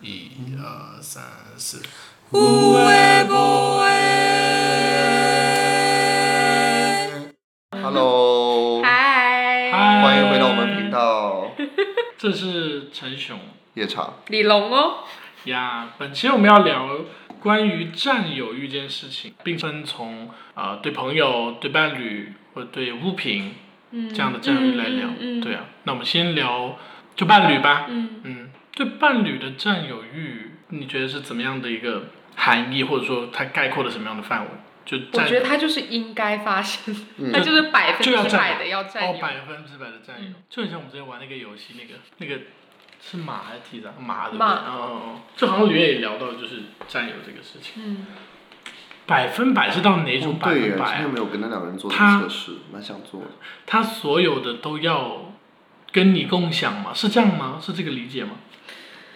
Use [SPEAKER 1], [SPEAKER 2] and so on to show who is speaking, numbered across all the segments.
[SPEAKER 1] 一二三四，
[SPEAKER 2] 有诶无诶。
[SPEAKER 3] Hello，
[SPEAKER 2] 嗨，
[SPEAKER 1] 嗨
[SPEAKER 3] 欢迎回到我们频。道
[SPEAKER 1] 这是陈雄
[SPEAKER 3] 夜场。
[SPEAKER 2] 李龙哦，
[SPEAKER 1] 呀，本期我们要聊关于占有欲这件事情，并分从啊、呃对朋友、对伴侣或者对物品
[SPEAKER 2] 嗯
[SPEAKER 1] 这样的占有欲来聊。
[SPEAKER 2] 嗯嗯嗯
[SPEAKER 1] 对啊，那我们先聊就伴侣吧。
[SPEAKER 2] 嗯，
[SPEAKER 1] 嗯，对伴侣的占有欲，你觉得是怎么样的一个含义，或者说它概括了什么样的范围？就
[SPEAKER 2] 我
[SPEAKER 1] 占
[SPEAKER 2] 觉得他就是应该发生，
[SPEAKER 3] 嗯
[SPEAKER 2] 他就是百分
[SPEAKER 1] 就要
[SPEAKER 2] 之
[SPEAKER 1] 占
[SPEAKER 2] 百的要占
[SPEAKER 1] 哦，
[SPEAKER 2] 有。
[SPEAKER 1] 百分之百的占有
[SPEAKER 2] 嗯，
[SPEAKER 1] 就很像我们之前玩那个游戏，那个那个是马还是蹄子啊？马的
[SPEAKER 2] 马
[SPEAKER 1] 哦哦哦，就好像吕燕也聊到就是占有这个事情，
[SPEAKER 2] 嗯，
[SPEAKER 1] 百分百是到哪种百
[SPEAKER 3] 哦对耶，
[SPEAKER 1] 分
[SPEAKER 3] 今
[SPEAKER 1] 百
[SPEAKER 3] 天
[SPEAKER 1] 啊？
[SPEAKER 3] 没有跟那两个人做这
[SPEAKER 1] 他
[SPEAKER 3] 个测试，蛮想做的。
[SPEAKER 1] 他所有的都要跟你共享吗？是这样吗？是这个理解吗？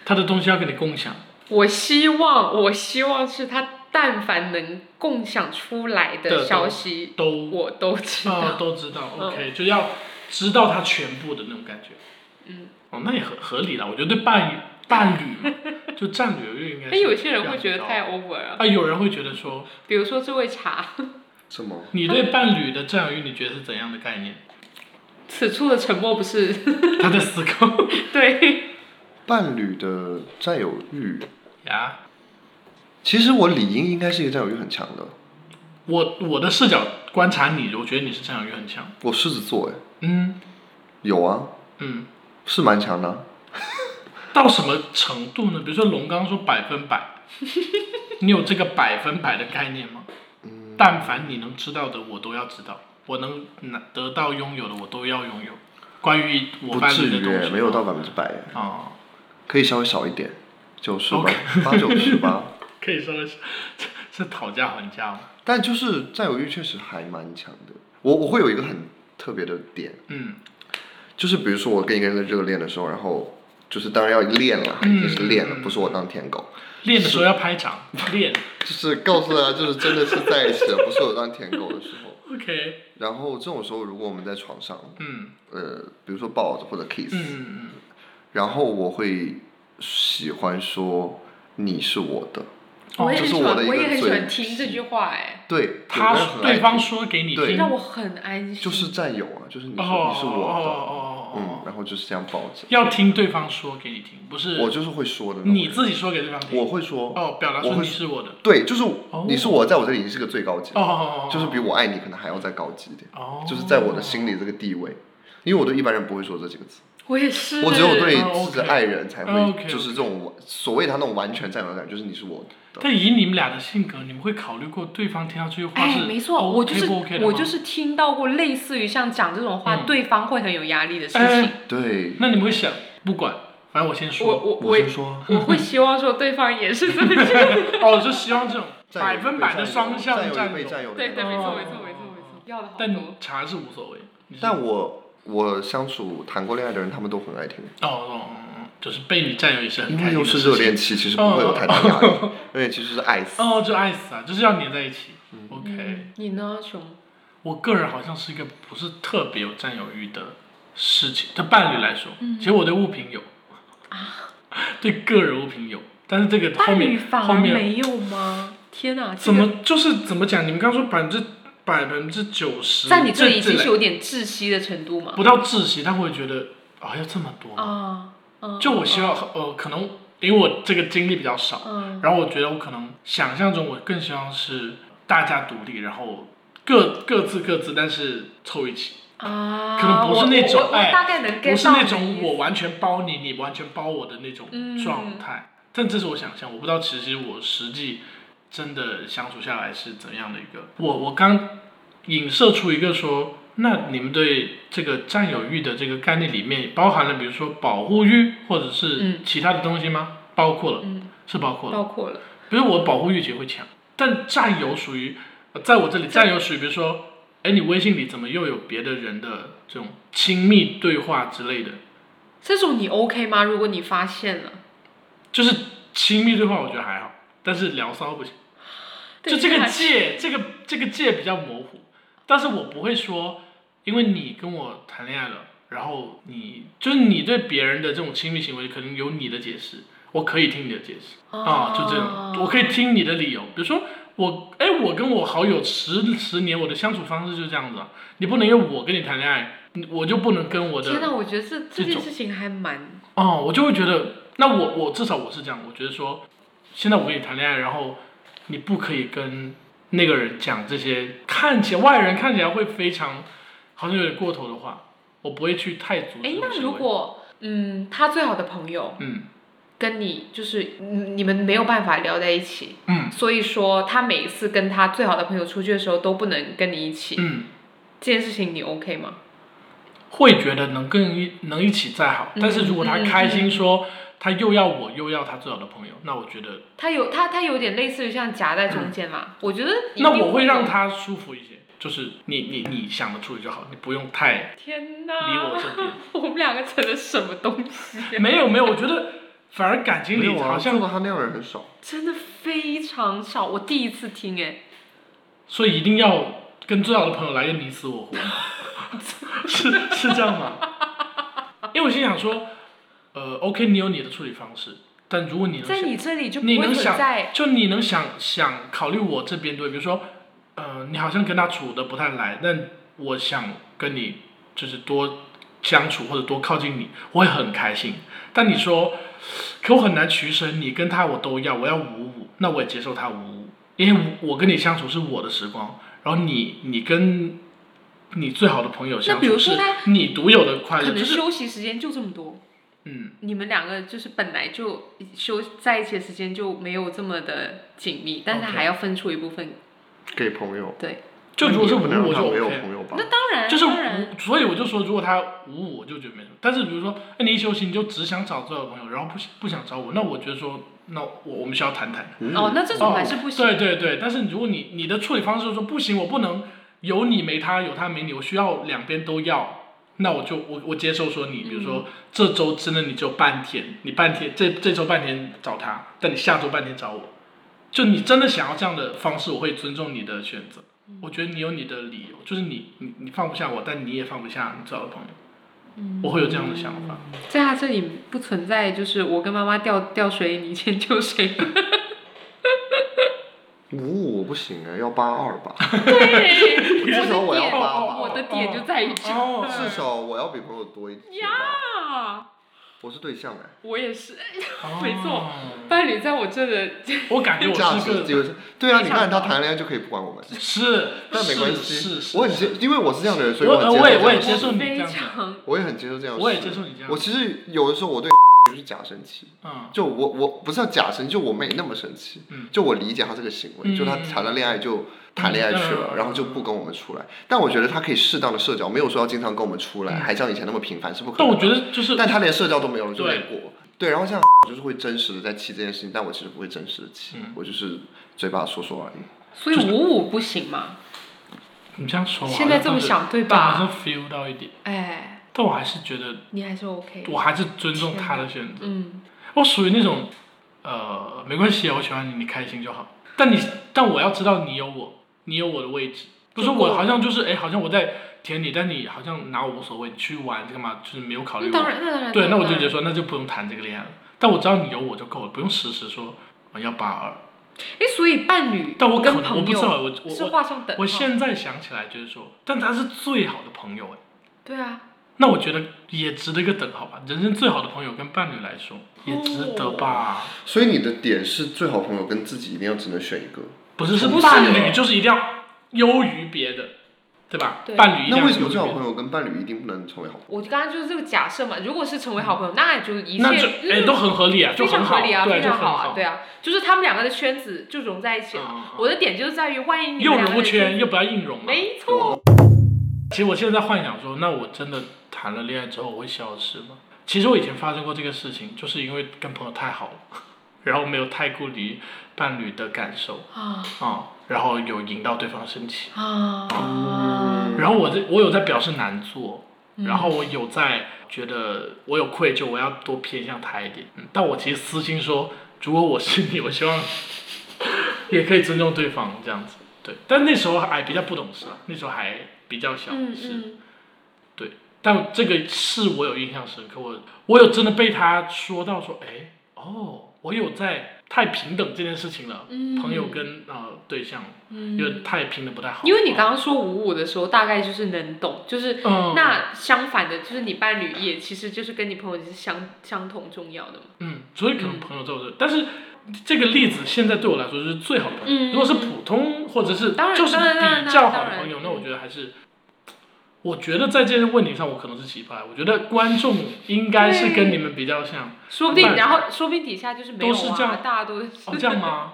[SPEAKER 1] 他的东西要跟你共享，
[SPEAKER 2] 我希望，我希望是他但凡能共享出来
[SPEAKER 1] 对
[SPEAKER 2] 的
[SPEAKER 1] 对
[SPEAKER 2] 消息，
[SPEAKER 1] 都
[SPEAKER 2] 我都知
[SPEAKER 1] 啊、
[SPEAKER 2] 道。
[SPEAKER 1] 都知道
[SPEAKER 2] 嗯
[SPEAKER 1] ，OK，、就要知道他全部的那种感觉。
[SPEAKER 2] 嗯，
[SPEAKER 1] 哦，那也合合理啦。我觉得对伴侣伴侣 嘛，就占有欲应该
[SPEAKER 2] 但
[SPEAKER 1] 是。
[SPEAKER 2] 哎有些人会觉得太 over 了，
[SPEAKER 1] 啊，有人会觉得说，
[SPEAKER 2] 比如说这位茶，
[SPEAKER 3] 什么？
[SPEAKER 1] 你对伴侣的占有欲，你觉得是怎样的概念？
[SPEAKER 2] 此处的沉默不是
[SPEAKER 1] 他在思考
[SPEAKER 2] 对，
[SPEAKER 3] 伴侣的占有欲，
[SPEAKER 1] 呀。
[SPEAKER 3] 其实我理应应该是一个占有欲很强的。
[SPEAKER 1] 我我的视角观察你，我觉得你是占有欲很强。
[SPEAKER 3] 我狮子座哎，
[SPEAKER 1] 嗯
[SPEAKER 3] 有啊，
[SPEAKER 1] 嗯，
[SPEAKER 3] 是蛮强的啊。
[SPEAKER 1] 到什么程度呢？比如说龙刚刚说百分百，你有这个百分百的概念吗？
[SPEAKER 3] 嗯，
[SPEAKER 1] 但凡你能知道的，我都要知道；我能拿得到拥有的，我都要拥有。关于我
[SPEAKER 3] 不
[SPEAKER 1] 伴
[SPEAKER 3] 至
[SPEAKER 1] 侣的
[SPEAKER 3] 于
[SPEAKER 1] 啊东
[SPEAKER 3] 耶，
[SPEAKER 1] 西，
[SPEAKER 3] 没有到百分之百耶，
[SPEAKER 1] 哦，
[SPEAKER 3] 可以稍微少一点，九十吧，八九十吧。
[SPEAKER 1] 可以说是 是讨价还价吗？
[SPEAKER 3] 但就是占有欲确实还蛮强的。我我会有一个很特别的点，
[SPEAKER 1] 嗯
[SPEAKER 3] 就是比如说我跟一个人热恋的时候，然后就是当然要练了，
[SPEAKER 1] 嗯
[SPEAKER 3] 也是练了
[SPEAKER 1] 嗯，
[SPEAKER 3] 不是我当舔狗，
[SPEAKER 1] 练的时候要拍掌，练
[SPEAKER 3] 就是告诉大家，就是真的是在一起了，不是我当舔狗的时候。
[SPEAKER 1] OK，
[SPEAKER 3] 然后这种时候，如果我们在床上，
[SPEAKER 1] 嗯
[SPEAKER 3] 呃，比如说抱着或者
[SPEAKER 1] 嗯
[SPEAKER 3] kiss，、
[SPEAKER 1] 嗯
[SPEAKER 3] 然后我会喜欢说你是我的，
[SPEAKER 1] 哦
[SPEAKER 2] 我也
[SPEAKER 3] 这
[SPEAKER 2] 很
[SPEAKER 3] 是
[SPEAKER 2] 喜
[SPEAKER 3] 我
[SPEAKER 2] 欢，
[SPEAKER 3] 的一
[SPEAKER 2] 我也
[SPEAKER 3] 个
[SPEAKER 2] 很喜
[SPEAKER 3] 最
[SPEAKER 2] 欢听这句话，哎，
[SPEAKER 3] 对，有
[SPEAKER 1] 他
[SPEAKER 3] 的人很
[SPEAKER 1] 对
[SPEAKER 3] 爱
[SPEAKER 1] 方
[SPEAKER 3] 听
[SPEAKER 1] 说给你
[SPEAKER 3] 对
[SPEAKER 1] 听，
[SPEAKER 2] 让我很安心。
[SPEAKER 3] 就是占有啊，就是你是、
[SPEAKER 1] 哦
[SPEAKER 3] 你是我的，
[SPEAKER 1] 哦哦
[SPEAKER 3] 嗯，
[SPEAKER 1] 哦哦，
[SPEAKER 3] 然后就是这样抱着，
[SPEAKER 1] 要听对方说给你听，不是
[SPEAKER 3] 我就是会说的那种
[SPEAKER 1] 你
[SPEAKER 3] 人
[SPEAKER 1] 自己说给对方听。
[SPEAKER 3] 我会说，
[SPEAKER 1] 哦，表达
[SPEAKER 3] 我
[SPEAKER 1] 说
[SPEAKER 3] 会
[SPEAKER 1] 你是我的。
[SPEAKER 3] 对，就是
[SPEAKER 1] 哦
[SPEAKER 3] 你是我，在我这里已经是个最高级
[SPEAKER 1] 哦，哦哦，
[SPEAKER 3] 就是比我爱你可能还要再高级一点，
[SPEAKER 1] 哦，
[SPEAKER 3] 就是在我的心里这个地位，因为我对一般人不会说这几个字，
[SPEAKER 2] 我也是，
[SPEAKER 3] 我只有对
[SPEAKER 1] 哦
[SPEAKER 3] 自己的
[SPEAKER 1] OK
[SPEAKER 3] 爱人才
[SPEAKER 1] 哦
[SPEAKER 3] 会，
[SPEAKER 1] ，OK，
[SPEAKER 3] 就是这种完所谓他那种完全占有感，就是你是我的，
[SPEAKER 1] 但以你们俩的性格，你们会考虑过对方听到这句话
[SPEAKER 2] 哎
[SPEAKER 1] 是，
[SPEAKER 2] 没错，
[SPEAKER 1] 哦
[SPEAKER 2] 我就是
[SPEAKER 1] OK 不 OK 的吗
[SPEAKER 2] 我就。是听到过类似于像讲这种话，
[SPEAKER 1] 嗯
[SPEAKER 2] 对方会很有压力的事情。
[SPEAKER 1] 哎，
[SPEAKER 3] 对，
[SPEAKER 1] 那你们会想，不管，反正我先
[SPEAKER 2] 我
[SPEAKER 1] 说。
[SPEAKER 2] 我
[SPEAKER 3] 我
[SPEAKER 2] 我
[SPEAKER 3] 先说，
[SPEAKER 2] 我会希望说对方也是这么 想。
[SPEAKER 1] 哦，就希望这种
[SPEAKER 3] 占
[SPEAKER 1] 百
[SPEAKER 3] 有欲
[SPEAKER 1] 分百的
[SPEAKER 3] 被占有
[SPEAKER 1] 双向
[SPEAKER 3] 占有
[SPEAKER 1] 占
[SPEAKER 3] 欲被占
[SPEAKER 1] 有。
[SPEAKER 3] 有的
[SPEAKER 2] 对
[SPEAKER 3] 感
[SPEAKER 2] 对，
[SPEAKER 3] 觉
[SPEAKER 2] 没错
[SPEAKER 1] 哦
[SPEAKER 2] 没错没错没错，要的好
[SPEAKER 1] 但
[SPEAKER 2] 多。
[SPEAKER 1] 茶是无所谓。你是
[SPEAKER 3] 但我我相处谈过恋爱的人，他们都很爱听，
[SPEAKER 1] 哦哦，哦哦就是被你占有也是很
[SPEAKER 3] 因
[SPEAKER 1] 开
[SPEAKER 3] 为
[SPEAKER 1] 心
[SPEAKER 3] 又
[SPEAKER 1] 的
[SPEAKER 3] 是
[SPEAKER 1] 事
[SPEAKER 3] 热
[SPEAKER 1] 情。
[SPEAKER 3] 恋期，其实不会有太大压力， 热恋期就是爱死，
[SPEAKER 1] 哦，就爱死啊，就是要黏在一起。OK，
[SPEAKER 2] 嗯，你呢，熊？
[SPEAKER 1] 我个人好像是一个不是特别有占有欲的事情，对伴侣来说，
[SPEAKER 2] 嗯
[SPEAKER 1] 其实我对物品有啊， 对个人物品有，但是这个后
[SPEAKER 2] 伴侣
[SPEAKER 1] 面
[SPEAKER 2] 反
[SPEAKER 1] 后
[SPEAKER 2] 而
[SPEAKER 1] 面
[SPEAKER 2] 没有吗？天哪，这
[SPEAKER 1] 怎
[SPEAKER 2] 个
[SPEAKER 1] 么就是怎么讲？你们刚刚说百分之百分之九十，
[SPEAKER 2] 在你这里已
[SPEAKER 1] 这
[SPEAKER 2] 经是有点窒息的程度吗？
[SPEAKER 1] 不到窒息，但会觉得啊、要这么多吗？
[SPEAKER 2] 啊，嗯
[SPEAKER 1] 就我希望呃，可能因为我这个经历比较少，
[SPEAKER 2] 嗯，
[SPEAKER 1] 然后我觉得我可能想象中我更希望是大家独立，然后各各自各自，但是凑一起，
[SPEAKER 2] 啊，
[SPEAKER 1] 可能不是那种
[SPEAKER 2] 我我我
[SPEAKER 1] 哎
[SPEAKER 2] 大概能 get
[SPEAKER 1] 不是
[SPEAKER 2] 到
[SPEAKER 1] 那
[SPEAKER 2] 你的
[SPEAKER 1] 种
[SPEAKER 2] 意
[SPEAKER 1] 我
[SPEAKER 2] 思
[SPEAKER 1] 完全包你，你完全包我的那种
[SPEAKER 2] 嗯
[SPEAKER 1] 状态。但这是我想象，我不知道其实我实际真的相处下来是怎样的一个。我我刚影射出一个说，那你们对这个占有欲的这个概念里面包含了，比如说保护欲或者
[SPEAKER 2] 嗯
[SPEAKER 1] 是其他的东西吗？包括了，
[SPEAKER 2] 嗯，
[SPEAKER 1] 是包括了。
[SPEAKER 2] 包括了，
[SPEAKER 1] 比如我保护欲其实会强，但占有属于，呃在我这里占有属于，比如说，哎，你微信里怎么又有别的人的这种亲密对话之类的？
[SPEAKER 2] 这种你 OK 吗？如果你发现了，
[SPEAKER 1] 就是亲密对话，我觉得还好，但是聊骚不行。就这个界，这个这个界比较模糊，但是我不会说，因为你跟我谈恋爱了，然后你就是你对别人的这种亲密行为，可能有你的解释，我可以听你的解释啊、
[SPEAKER 2] 哦
[SPEAKER 1] 就这种，我可以听你的理由。比如说我，哎，我跟我好友十十年，我的相处方式就是这样子啊，你不能因为我跟你谈恋爱，你我就不能跟我
[SPEAKER 2] 天
[SPEAKER 1] 的
[SPEAKER 2] 哪，我觉得这这
[SPEAKER 1] 这
[SPEAKER 2] 件
[SPEAKER 1] 种
[SPEAKER 2] 事情还蛮
[SPEAKER 1] 哦，我就会觉得，那我我至少我是这样，我觉得说，现在我跟你谈恋爱，然后你不可以跟那个人讲这些看起来外人看起来会非常好像有点过头的话，我不会去太阻止
[SPEAKER 2] 哎
[SPEAKER 1] 这，种
[SPEAKER 2] 那
[SPEAKER 1] 行
[SPEAKER 2] 如
[SPEAKER 1] 为
[SPEAKER 2] 果嗯，他最好的朋友
[SPEAKER 1] 嗯
[SPEAKER 2] 跟你就是嗯你们没有办法聊在一起，
[SPEAKER 1] 嗯
[SPEAKER 2] 所以说他每一次跟他最好的朋友出去的时候都不能跟你一起，
[SPEAKER 1] 嗯，
[SPEAKER 2] 这件事情你 OK 吗？
[SPEAKER 1] 会觉得能更一能一起再好，
[SPEAKER 2] 嗯
[SPEAKER 1] 但是如果他
[SPEAKER 2] 嗯
[SPEAKER 1] 开
[SPEAKER 2] 嗯
[SPEAKER 1] 心说他又要我又要他最好的朋友，那我觉得
[SPEAKER 2] 他有他他有点类似于像夹在中间嘛，我觉得一
[SPEAKER 1] 嗯
[SPEAKER 2] 定
[SPEAKER 1] 那我会让
[SPEAKER 2] 有
[SPEAKER 1] 他舒服一些，就是你你你想得出就好，你不用太
[SPEAKER 2] 天
[SPEAKER 1] 离
[SPEAKER 2] 哪，
[SPEAKER 1] 我身边。
[SPEAKER 2] 我们两个成了什么东西、啊？
[SPEAKER 1] 没有没有，我觉得反而感情
[SPEAKER 3] 没
[SPEAKER 1] 里
[SPEAKER 3] 有啊，
[SPEAKER 1] 好
[SPEAKER 3] 做
[SPEAKER 1] 像，
[SPEAKER 3] 到他那样的人很少。
[SPEAKER 2] 真的非常少，我第一次听哎、
[SPEAKER 1] 所以一定要跟最好的朋友来个你死我活， 是是这样吗？因为我心想说，呃，OK，你有你的处理方式，但如果你能
[SPEAKER 2] 在
[SPEAKER 1] 想
[SPEAKER 2] 你这里就不
[SPEAKER 1] 你
[SPEAKER 2] 会
[SPEAKER 1] 能
[SPEAKER 2] 存
[SPEAKER 1] 想
[SPEAKER 2] 在，
[SPEAKER 1] 就你能想想考虑我这边对，比如说，呃，你好像跟他处的不太来，但我想跟你就是多相处或者多靠近你，我会很开心。但你说，可我很难取舍，你跟他我都要，我要五五，那我也接受他五五，因为我跟你相处是我的时光，然后你你跟你最好的朋友相
[SPEAKER 2] 那比如
[SPEAKER 1] 处
[SPEAKER 2] 说
[SPEAKER 1] 是
[SPEAKER 2] 他
[SPEAKER 1] 你独有的快
[SPEAKER 2] 可
[SPEAKER 1] 乐，就
[SPEAKER 2] 能
[SPEAKER 1] 是
[SPEAKER 2] 休息时间就这么多。
[SPEAKER 1] 嗯，
[SPEAKER 2] 你们两个就是本来就休在一起的时间就没有这么的紧密，但是
[SPEAKER 1] OK
[SPEAKER 2] 还要分出一部分。
[SPEAKER 3] 给朋友，
[SPEAKER 2] 对，
[SPEAKER 1] 就如果是
[SPEAKER 3] 那
[SPEAKER 1] 五
[SPEAKER 3] 你也
[SPEAKER 1] 五
[SPEAKER 3] 不能
[SPEAKER 1] 我
[SPEAKER 3] 让
[SPEAKER 1] 就
[SPEAKER 3] 他没有
[SPEAKER 1] OK。
[SPEAKER 3] 朋友吧
[SPEAKER 2] 那？当然，
[SPEAKER 1] 就是
[SPEAKER 2] 当然，
[SPEAKER 1] 五，所以我就说，如果他五五，我就觉得没什么。但是比如说，那你一休息你就只想找最好的朋友，然后不不想找我，那我觉得说，那我我们需要谈谈。
[SPEAKER 3] 嗯
[SPEAKER 2] 哦，那这种还是不行。
[SPEAKER 1] 对对对，但是如果你你的处理方式就是说不行，我不能有你没他，有他没你，我需要两边都要。那我就我我接受说你，比如
[SPEAKER 2] 嗯
[SPEAKER 1] 说、这周真的你只有半天，你半天这这周半天找他，但你下周半天找我，就你真的想要这样的方式，我会尊重你的选择。
[SPEAKER 2] 嗯
[SPEAKER 1] 我觉得你有你的理由，就是你你你放不下我，但你也放不下你最好的朋友，我会有这样的想法。
[SPEAKER 2] 嗯在他这里不存在，就是我跟妈妈掉掉水里，你先 救谁？
[SPEAKER 3] 五五我不行哎，要八二吧，
[SPEAKER 2] 对，
[SPEAKER 3] 至少
[SPEAKER 2] 我
[SPEAKER 3] 我
[SPEAKER 2] 的
[SPEAKER 3] 要
[SPEAKER 2] 点，哦
[SPEAKER 3] 八吧
[SPEAKER 2] 我的点就在于这
[SPEAKER 1] 哦
[SPEAKER 3] 至少我要比朋友多一些吧。
[SPEAKER 2] 啊，
[SPEAKER 3] 我是对象哎，
[SPEAKER 2] 我也是，嗯没
[SPEAKER 1] 没
[SPEAKER 2] 错，伴侣在我这的，
[SPEAKER 1] 哦我感觉我是
[SPEAKER 3] 价值
[SPEAKER 1] 个
[SPEAKER 3] 就是对啊，
[SPEAKER 2] 非
[SPEAKER 3] 你
[SPEAKER 2] 常
[SPEAKER 3] 看他
[SPEAKER 2] 高
[SPEAKER 3] 谈恋爱就可以不管我们，
[SPEAKER 1] 是，
[SPEAKER 3] 但没关
[SPEAKER 1] 是是
[SPEAKER 3] 系，
[SPEAKER 1] 是
[SPEAKER 3] 我很接，因为我是这样的人，所以
[SPEAKER 1] 我
[SPEAKER 3] 很
[SPEAKER 1] 呃
[SPEAKER 3] 接受
[SPEAKER 1] 我也
[SPEAKER 3] 这样
[SPEAKER 1] 我也
[SPEAKER 3] 的
[SPEAKER 1] 接
[SPEAKER 3] 事
[SPEAKER 1] 受你这
[SPEAKER 2] 非
[SPEAKER 1] 样子
[SPEAKER 2] 常
[SPEAKER 3] 我也很接受这样的事，
[SPEAKER 1] 我也接受你这样
[SPEAKER 3] 我其实有的时候我对 就是假生气，
[SPEAKER 1] 嗯
[SPEAKER 3] 就我我不是要假生气，就我没那么生气，
[SPEAKER 1] 嗯
[SPEAKER 3] 就我理解他这个行为，
[SPEAKER 1] 嗯
[SPEAKER 3] 就他谈了恋爱就谈恋爱去了，
[SPEAKER 1] 嗯
[SPEAKER 3] 然后就不跟我们出来。但我觉得他可以适当的社交，没有说要经常跟我们出来，
[SPEAKER 1] 嗯
[SPEAKER 3] 还像以前那么频繁是不可
[SPEAKER 1] 但
[SPEAKER 3] 能
[SPEAKER 1] 我
[SPEAKER 3] 的。
[SPEAKER 1] 觉得就是
[SPEAKER 3] 但他连社交都没有了，就
[SPEAKER 1] 对
[SPEAKER 3] 练过。对，然后像就是会真实的在气这件事情，但我其实不会真实的气，
[SPEAKER 1] 嗯
[SPEAKER 3] 我就是嘴巴说说而已。
[SPEAKER 2] 所以五五不行嘛？
[SPEAKER 1] 你这样说，
[SPEAKER 2] 现在这么，想对
[SPEAKER 1] 但还
[SPEAKER 2] 吧？
[SPEAKER 1] 是 feel 到一点，
[SPEAKER 2] 哎，
[SPEAKER 1] 但我还是觉得
[SPEAKER 2] 你还是 OK。
[SPEAKER 1] 我还是尊重他的选择。
[SPEAKER 2] 嗯，
[SPEAKER 1] 我属于那种，呃，没关系啊，我喜欢你，你开心就好。但你，但我要知道你有我，你有我的位置，不是
[SPEAKER 2] 就够
[SPEAKER 1] 我
[SPEAKER 2] 了
[SPEAKER 1] 好像就是哎，好像我在舔你，但你好像拿我无所谓，你去玩干嘛，就是没有考虑
[SPEAKER 2] 那
[SPEAKER 1] 我。
[SPEAKER 2] 当然，那当然。
[SPEAKER 1] 对，那我就
[SPEAKER 2] 当然
[SPEAKER 1] 觉得说，那就不用谈这个恋爱了。但我知道你有我就够了，不用时时说我要八二。
[SPEAKER 2] 哎，所以伴侣
[SPEAKER 1] 但我可
[SPEAKER 2] 跟
[SPEAKER 1] 能我
[SPEAKER 2] 朋
[SPEAKER 1] 不知道，
[SPEAKER 2] 友
[SPEAKER 1] 我我
[SPEAKER 2] 是
[SPEAKER 1] 我
[SPEAKER 2] 画上等
[SPEAKER 1] 我
[SPEAKER 2] 号。
[SPEAKER 1] 现在想起来就是说，但他是最好的朋友哎，
[SPEAKER 2] 对啊，
[SPEAKER 1] 那我觉得也值得一个等号吧。人生最好的朋友跟伴侣来说也值得吧，
[SPEAKER 3] 所以你的点是最好朋友跟自己一定要只能选一个，
[SPEAKER 1] 不是是
[SPEAKER 2] 不是
[SPEAKER 1] 伴
[SPEAKER 3] 哎
[SPEAKER 1] 侣就是一定要优于别的，对吧？
[SPEAKER 2] 对
[SPEAKER 1] 伴侣一定
[SPEAKER 3] 那
[SPEAKER 1] 要
[SPEAKER 3] 为什
[SPEAKER 1] 优
[SPEAKER 3] 么
[SPEAKER 1] 于
[SPEAKER 3] 最好
[SPEAKER 1] 别的。
[SPEAKER 3] 朋友跟伴侣一定不能成为好朋友？
[SPEAKER 2] 我刚刚就是这个假设嘛。如果是成为好朋友，那就一切
[SPEAKER 1] 那就
[SPEAKER 2] 嗯
[SPEAKER 1] 哎都很合理啊，就
[SPEAKER 2] 非常
[SPEAKER 1] 很好，
[SPEAKER 2] 合理啊，
[SPEAKER 1] 对，
[SPEAKER 2] 非
[SPEAKER 1] 就
[SPEAKER 2] 常
[SPEAKER 1] 很
[SPEAKER 2] 好啊，。对啊，就是他们两个的圈子就融在一起
[SPEAKER 1] 嗯
[SPEAKER 2] 了。
[SPEAKER 1] 嗯嗯
[SPEAKER 2] 我的点就是在于，万一你
[SPEAKER 1] 又
[SPEAKER 2] 们
[SPEAKER 1] 融
[SPEAKER 2] 两个
[SPEAKER 1] 不
[SPEAKER 2] 的
[SPEAKER 1] 圈，
[SPEAKER 2] 圈
[SPEAKER 1] 又不要硬融嘛。
[SPEAKER 2] 没错，
[SPEAKER 1] 其实我现在在幻想说，那我真的谈了恋爱之后我会消失吗？其实我以前发生过这个事情，就是因为跟朋友太好了， 然后没有太顾虑伴侣的感受
[SPEAKER 2] 啊
[SPEAKER 1] 啊、然后有引到对方生气。
[SPEAKER 2] 啊，
[SPEAKER 1] 然后我这我有在表示难做，
[SPEAKER 2] 嗯
[SPEAKER 1] 然后我有在觉得我有愧疚，我要多偏向他一点。嗯但我其实私心说，如果我是你，我希望也可以尊重对方这样子。对，但那时候还比较不懂事啊，那时候还比较小，
[SPEAKER 2] 嗯
[SPEAKER 1] 是。
[SPEAKER 2] 嗯，
[SPEAKER 1] 但这个是我有印象深刻，我我有真的被他说到说，哎，哦，哦，我有在太平等这件事情了，
[SPEAKER 2] 嗯
[SPEAKER 1] 朋友跟呃对象，
[SPEAKER 2] 嗯
[SPEAKER 1] 因为太平等不太好。
[SPEAKER 2] 因为你刚刚说五五的时候，大概就是能懂，就是、
[SPEAKER 1] 嗯
[SPEAKER 2] 那相反的，就是你伴侣也其实就是跟你朋友是相相同重要的嘛。
[SPEAKER 1] 嗯，所以可能朋友都有这个，但是这个例子现在对我来说是最好的朋友。
[SPEAKER 2] 嗯
[SPEAKER 1] 如果是普通或者是
[SPEAKER 2] 当然
[SPEAKER 1] 就是
[SPEAKER 2] 当然当然
[SPEAKER 1] 比较好
[SPEAKER 2] 当
[SPEAKER 1] 的
[SPEAKER 2] 然嗯
[SPEAKER 1] 朋友，那我觉得还是，我觉得在这些问题上我可能是奇葩，我觉得观众应该是跟你们比较像。
[SPEAKER 2] 说不定，
[SPEAKER 1] 伴侣
[SPEAKER 2] 然后说不定底下就是没有
[SPEAKER 1] 都是
[SPEAKER 2] 啊，
[SPEAKER 1] 这样
[SPEAKER 2] 大家都是、
[SPEAKER 1] 哦，这样吗？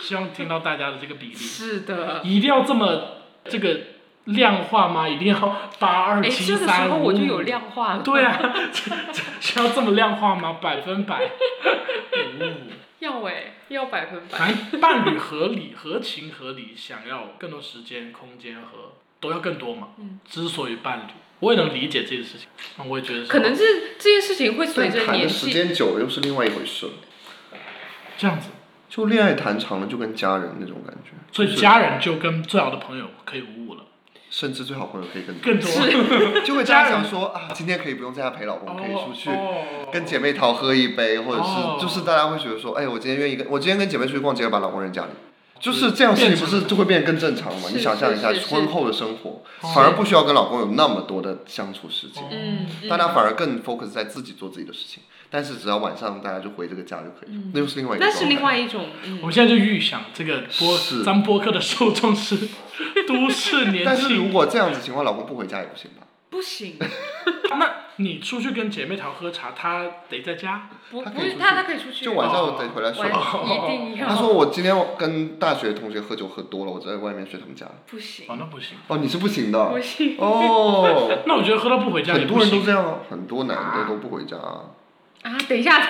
[SPEAKER 1] 希望听到大家的这个比例，
[SPEAKER 2] 是的。
[SPEAKER 1] 一定要这么这个量化吗？一定要八二
[SPEAKER 2] 哎，
[SPEAKER 1] 七
[SPEAKER 2] 这个时
[SPEAKER 1] 三
[SPEAKER 2] 候我就
[SPEAKER 1] 五
[SPEAKER 2] 有量化了，
[SPEAKER 1] 哦对啊，这这需要这么量化吗？百分百。哦
[SPEAKER 2] 要哎、要百分百。
[SPEAKER 1] 反正伴侣合理、合情、合理，想要更多时间、空间和都要更多嘛。
[SPEAKER 2] 嗯。
[SPEAKER 1] 之所以伴侣，我也能理解这件事情，那我也觉得是
[SPEAKER 2] 可能是这件事情会随
[SPEAKER 3] 但
[SPEAKER 2] 着
[SPEAKER 3] 谈的
[SPEAKER 2] 年
[SPEAKER 3] 时
[SPEAKER 2] 纪，
[SPEAKER 3] 间久了又是另外一回事了，
[SPEAKER 1] 这样子，
[SPEAKER 3] 就恋爱谈长了就跟家人那种感觉，
[SPEAKER 1] 所以家人就跟最好的朋友可以五五了，
[SPEAKER 3] 甚至最好朋友可以更多，
[SPEAKER 1] 更多
[SPEAKER 2] 是
[SPEAKER 3] 就会家长说啊，今天可以不用在家陪老公，可以出去
[SPEAKER 1] 哦
[SPEAKER 3] 跟姐妹淘喝一杯，或者
[SPEAKER 1] 哦
[SPEAKER 3] 是就是大家会觉得说，哎，我今天愿意跟我今天跟姐妹出去逛街，把老公扔家里，就是这样事情不是就会变得更正常吗？
[SPEAKER 2] 是
[SPEAKER 3] 你想象一下
[SPEAKER 2] 是是是
[SPEAKER 3] 婚后的生活，
[SPEAKER 1] 哦
[SPEAKER 3] 反而不需要跟老公有那么多的相处时间，
[SPEAKER 2] 嗯，
[SPEAKER 3] 大家反而更 focus 在自己做自己的事情，但是只要晚上大家就回这个家就可以了，那又是另外一个
[SPEAKER 2] 那
[SPEAKER 3] 状态。
[SPEAKER 2] 是另外一种，嗯
[SPEAKER 1] 我，们现在就预想这个播
[SPEAKER 3] 是
[SPEAKER 1] 咱们播客的受众是都市年
[SPEAKER 3] 但是如
[SPEAKER 1] 轻。
[SPEAKER 3] 果这样子情况，老公不回家也不行吧？
[SPEAKER 2] 不行，
[SPEAKER 1] 那你出去跟姐妹淘喝茶，他得在家。
[SPEAKER 2] 不
[SPEAKER 3] 他可以出
[SPEAKER 2] 不是
[SPEAKER 3] 去
[SPEAKER 2] 他他可以出去，
[SPEAKER 3] 就晚
[SPEAKER 1] 哦
[SPEAKER 3] 上我得回来睡。
[SPEAKER 2] 晚一定要，
[SPEAKER 3] 他说我今天跟大学同学喝酒喝多了，我在外面睡他们家。
[SPEAKER 2] 不行
[SPEAKER 1] 哦，那不行。
[SPEAKER 3] 哦，你是不行的
[SPEAKER 2] 不行，
[SPEAKER 3] 哦。
[SPEAKER 1] 那我觉得喝到不回家也
[SPEAKER 3] 很
[SPEAKER 1] 不
[SPEAKER 3] 多人都
[SPEAKER 1] 行
[SPEAKER 3] 这样啊， 很多男的都不回家、啊。
[SPEAKER 2] 啊，等一下，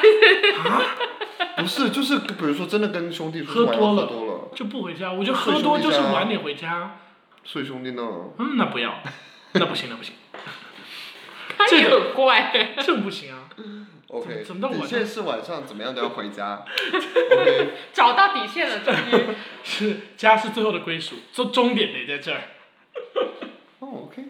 [SPEAKER 3] 不是，就是比如说真的跟兄弟出去
[SPEAKER 1] 喝
[SPEAKER 3] 玩
[SPEAKER 1] 多
[SPEAKER 3] 喝
[SPEAKER 1] 了
[SPEAKER 3] 多了，
[SPEAKER 1] 就不回家。我觉得喝多
[SPEAKER 3] 啊
[SPEAKER 1] 就是晚点回家。
[SPEAKER 3] 睡兄弟呢？
[SPEAKER 1] 嗯，那不要， 那不行，那不行，
[SPEAKER 2] 他也很怪，
[SPEAKER 1] 这不行啊！
[SPEAKER 3] OK，
[SPEAKER 1] 怎么到晚上
[SPEAKER 3] 底线是晚上怎么样都要回家。OK，
[SPEAKER 2] 找到底线了，终于，
[SPEAKER 1] 是家是最后的归属，终终点得在这儿，
[SPEAKER 3] 哦、OK，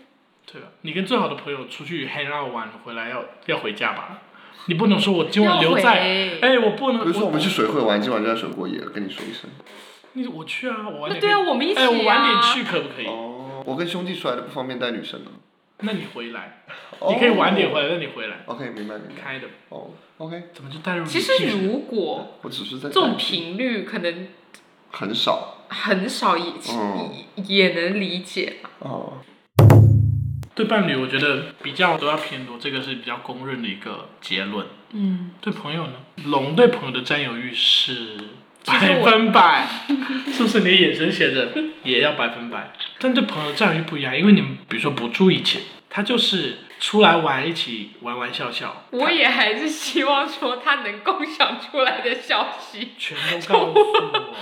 [SPEAKER 1] 对吧？你跟最好的朋友出去 hang out 玩，回来要要回家吧？你不能说我今晚留在，
[SPEAKER 2] 要回
[SPEAKER 1] 哎， 我不
[SPEAKER 3] 比如
[SPEAKER 1] 能，
[SPEAKER 3] 说我
[SPEAKER 1] 我
[SPEAKER 3] 们去水会玩，今晚就在水过夜了，跟你说一声。
[SPEAKER 1] 你我去啊，我晚
[SPEAKER 2] 那
[SPEAKER 1] 点
[SPEAKER 2] 对啊，
[SPEAKER 1] 可以，
[SPEAKER 2] 我们一起
[SPEAKER 1] 哎，我晚点
[SPEAKER 2] 啊，
[SPEAKER 1] 去可不可以？
[SPEAKER 3] 哦，我跟兄弟出来都不方便带女生啊呢。
[SPEAKER 1] 那你回来，你可以晚点回来，那你回来，
[SPEAKER 3] 哦。OK，明白明白。
[SPEAKER 1] 开的，
[SPEAKER 3] 哦，OK，
[SPEAKER 1] 怎么就带入
[SPEAKER 2] 其
[SPEAKER 1] 女
[SPEAKER 2] 实
[SPEAKER 1] 性？
[SPEAKER 2] 如 果
[SPEAKER 3] 我只是在
[SPEAKER 2] 这种频率可能
[SPEAKER 3] 很少
[SPEAKER 2] 很少也
[SPEAKER 3] 嗯
[SPEAKER 2] 也能理解吧，
[SPEAKER 3] 哦。
[SPEAKER 1] 对伴侣，我觉得比较都要偏多，这个是比较公认的一个结论。
[SPEAKER 2] 嗯，
[SPEAKER 1] 对朋友呢？龙对朋友的占有欲是
[SPEAKER 2] 其实
[SPEAKER 1] 百
[SPEAKER 2] 我
[SPEAKER 1] 分百，是不是？你的眼神写着也要百分百，但对朋友的占有欲不一样，因为你们比如说不住一起，他就是出来玩一起玩玩笑笑，
[SPEAKER 2] 我也还是希望说他能共享出来的消息，
[SPEAKER 1] 全都告诉我。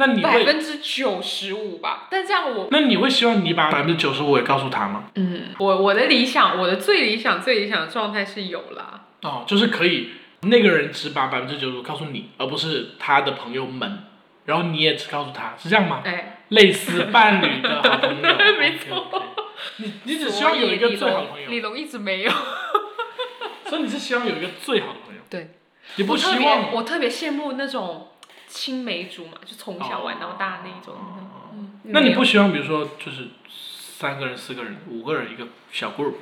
[SPEAKER 1] 那你
[SPEAKER 2] 百
[SPEAKER 1] 会，
[SPEAKER 2] 分之九十五吧，但这样我
[SPEAKER 1] 那你会希望你把百分之九十五也告诉他吗？
[SPEAKER 2] 嗯，我我的理想，我的最理想最理想的状态是有啦。
[SPEAKER 1] 哦，就是可以，那个人只把百分之九十五告诉你，而不是他的朋友们，然后你也只告诉他，是这样吗？
[SPEAKER 2] 哎，
[SPEAKER 1] 类似伴侣的好朋 友，
[SPEAKER 2] 没错
[SPEAKER 1] OK，OK。你你只希望有一个最好的朋
[SPEAKER 2] 所以李
[SPEAKER 1] 友，
[SPEAKER 2] 龙一直没有。
[SPEAKER 1] 所以你是希望有一个最好的朋友，
[SPEAKER 2] 对，
[SPEAKER 1] 你不
[SPEAKER 2] 我
[SPEAKER 1] 希
[SPEAKER 2] 特别
[SPEAKER 1] 望
[SPEAKER 2] 我特别羡慕那种青梅竹马，就从小玩到大那一种。嗯，
[SPEAKER 1] 哦那你不
[SPEAKER 2] 没
[SPEAKER 1] 希望比如说就是三个人、四个人、五个人一个小 group，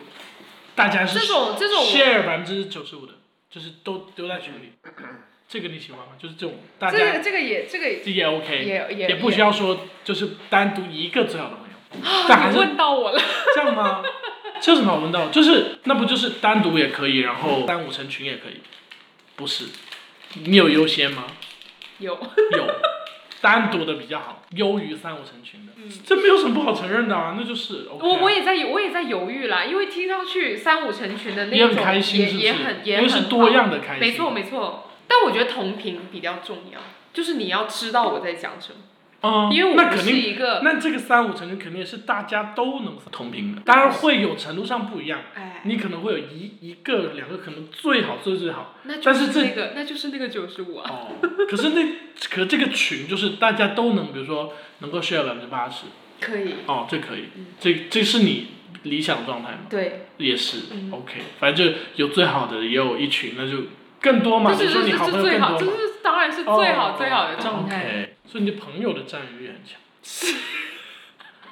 [SPEAKER 1] 大家
[SPEAKER 2] 有
[SPEAKER 1] 是
[SPEAKER 2] 这种这种
[SPEAKER 1] share 百分之九十五的，就是都丢在群里，这个你喜欢吗？就是这种大
[SPEAKER 2] 这
[SPEAKER 1] 家
[SPEAKER 2] 个这个也这个也
[SPEAKER 1] 这也 OK，
[SPEAKER 2] 也
[SPEAKER 1] 也
[SPEAKER 2] 也
[SPEAKER 1] 不需要说就是单独一个最好的朋友，但
[SPEAKER 2] 啊，
[SPEAKER 1] 还
[SPEAKER 2] 你
[SPEAKER 1] 是
[SPEAKER 2] 问到我了。
[SPEAKER 1] 这样吗？这有什么好问到？就是那不就是单独也可以，然后单五成群也可以，不是？你有优先吗？
[SPEAKER 2] 有，
[SPEAKER 1] 有，单独的比较好，优于三五成群的。
[SPEAKER 2] 嗯
[SPEAKER 1] 这没有什么不好承认的啊，那就是 OK 啊、
[SPEAKER 2] 我我也在我也在犹豫啦，因为听上去三五成群的那
[SPEAKER 1] 也
[SPEAKER 2] 种
[SPEAKER 1] 很开心，
[SPEAKER 2] 也
[SPEAKER 1] 是不
[SPEAKER 2] 也
[SPEAKER 1] 是？
[SPEAKER 2] 很
[SPEAKER 1] 因
[SPEAKER 2] 也
[SPEAKER 1] 为
[SPEAKER 2] 很
[SPEAKER 1] 是多
[SPEAKER 2] 棒
[SPEAKER 1] 样的开心。
[SPEAKER 2] 没错。没错，但我觉得同频比较重要，就是你要知道我在讲什么，
[SPEAKER 1] 嗯，
[SPEAKER 2] 因为我
[SPEAKER 1] 那
[SPEAKER 2] 不
[SPEAKER 1] 肯
[SPEAKER 2] 是
[SPEAKER 1] 定。
[SPEAKER 2] 一个
[SPEAKER 1] 那这个三五成群肯定是大家都能同频的，当然会有程度上不一样，
[SPEAKER 2] 哎，
[SPEAKER 1] 你可能会有一一个两个可能最好最最好，
[SPEAKER 2] 那就
[SPEAKER 1] 但是
[SPEAKER 2] 是
[SPEAKER 1] 这
[SPEAKER 2] 那个那就是那个九十五啊，
[SPEAKER 1] 哦，可是那可这个群就是大家都能，比如说能够 share 百分之八十，
[SPEAKER 2] 可以，
[SPEAKER 1] 哦，这可以
[SPEAKER 2] 嗯，
[SPEAKER 1] 这这是你理想状态吗？
[SPEAKER 2] 对，
[SPEAKER 1] 也是
[SPEAKER 2] 嗯
[SPEAKER 1] ，OK，反正就有最好的，也有一群，那就更多嘛，
[SPEAKER 2] 这
[SPEAKER 1] 你
[SPEAKER 2] 是
[SPEAKER 1] 哦说
[SPEAKER 2] 这
[SPEAKER 1] 你
[SPEAKER 2] 是
[SPEAKER 1] 好
[SPEAKER 2] 这
[SPEAKER 1] 朋友
[SPEAKER 2] 是最
[SPEAKER 1] 更多
[SPEAKER 2] 好，这
[SPEAKER 1] 嘛。哦
[SPEAKER 2] 是当然是最好最好的状态。
[SPEAKER 1] OK，所以你的朋友的占有欲很强，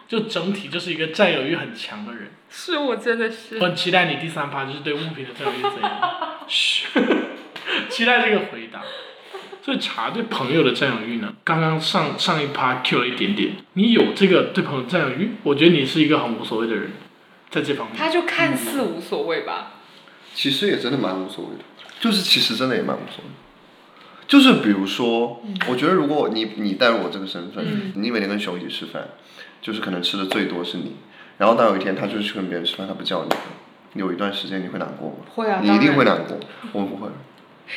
[SPEAKER 1] 就整体就是一个占有欲很强的人。
[SPEAKER 2] 是我真的是
[SPEAKER 1] 我很期待你第三趴就是对物品的占有欲怎样，嘘， 期待这个回答。所以茶对朋友的占有欲呢，刚刚上上一趴 Q 了一点点，你有这个对朋友的占有欲，我觉得你是一个很无所谓的人，在这方面。
[SPEAKER 2] 他就看似无所谓吧，
[SPEAKER 3] 其实也真的蛮无所谓的，就是其实真的也蛮无所谓的。就是比如说，
[SPEAKER 2] 嗯
[SPEAKER 3] 我觉得如果你你带入我这个身份，你每天跟熊一起吃饭，就是可能吃的最多是你，然后到有一天他就是去跟别人吃饭，他不叫你了，有一段时间你会难过吗？
[SPEAKER 2] 会啊
[SPEAKER 3] 你一
[SPEAKER 2] 当
[SPEAKER 3] 定
[SPEAKER 2] 然
[SPEAKER 3] 会难过。我不会。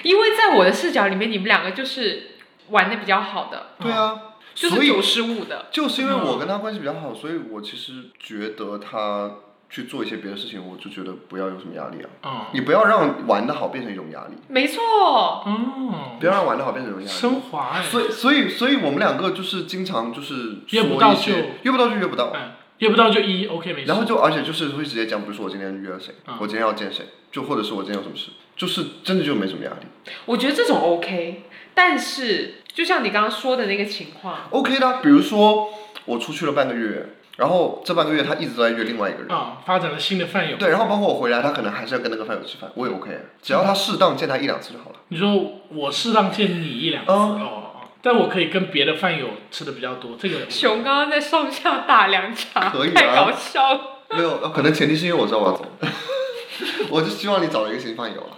[SPEAKER 2] 因为在我的视角里面，你们两个就是玩的比较好的，
[SPEAKER 3] 对啊，
[SPEAKER 2] 就
[SPEAKER 3] 所
[SPEAKER 2] 是
[SPEAKER 3] 以
[SPEAKER 2] 九十五的，
[SPEAKER 3] 就是因为我跟他关系比较好，所以我其实觉得他去做一些别的事情，我就觉得不要有什么压力啊。
[SPEAKER 1] 嗯，
[SPEAKER 3] 你不要让玩的好变成一种压力，
[SPEAKER 2] 没错，
[SPEAKER 1] 哦，
[SPEAKER 3] 不要让玩的好变成一种压力。
[SPEAKER 1] 升华哎，
[SPEAKER 3] 所以，所以，所以我们两个就是经常就是
[SPEAKER 1] 约不
[SPEAKER 3] 说
[SPEAKER 1] 到
[SPEAKER 3] 一些
[SPEAKER 1] 就
[SPEAKER 3] 约不到就约不到，
[SPEAKER 1] 嗯，约不到就一 OK 没事。
[SPEAKER 3] 然后就而且就是会直接讲，比如说我今天约了谁，
[SPEAKER 1] 嗯
[SPEAKER 3] 我今天要见谁，就或者是我今天有什么事，就是真的就没什么压力
[SPEAKER 2] 我觉得这种 OK，但是就像你刚刚说的那个情况，
[SPEAKER 3] ，OK 的啊。比如说我出去了半个月，然后这半个月他一直都在约另外一个人，
[SPEAKER 1] 啊、发展了新的饭友。
[SPEAKER 3] 对，然后包括我回来，他可能还是要跟那个饭友吃饭，我也 OK，啊只要他适当见他一两次就好了。
[SPEAKER 1] 你说我适当见你一两次、
[SPEAKER 3] 嗯
[SPEAKER 1] 哦，哦但我可以跟别的饭友吃的比较多，这个
[SPEAKER 2] 熊刚刚在上下打量茶，
[SPEAKER 3] 可以啊
[SPEAKER 2] 太搞笑了。
[SPEAKER 3] 没有，呃可能前提是因为我知道我要走， 我就希望你找了一个新饭友了。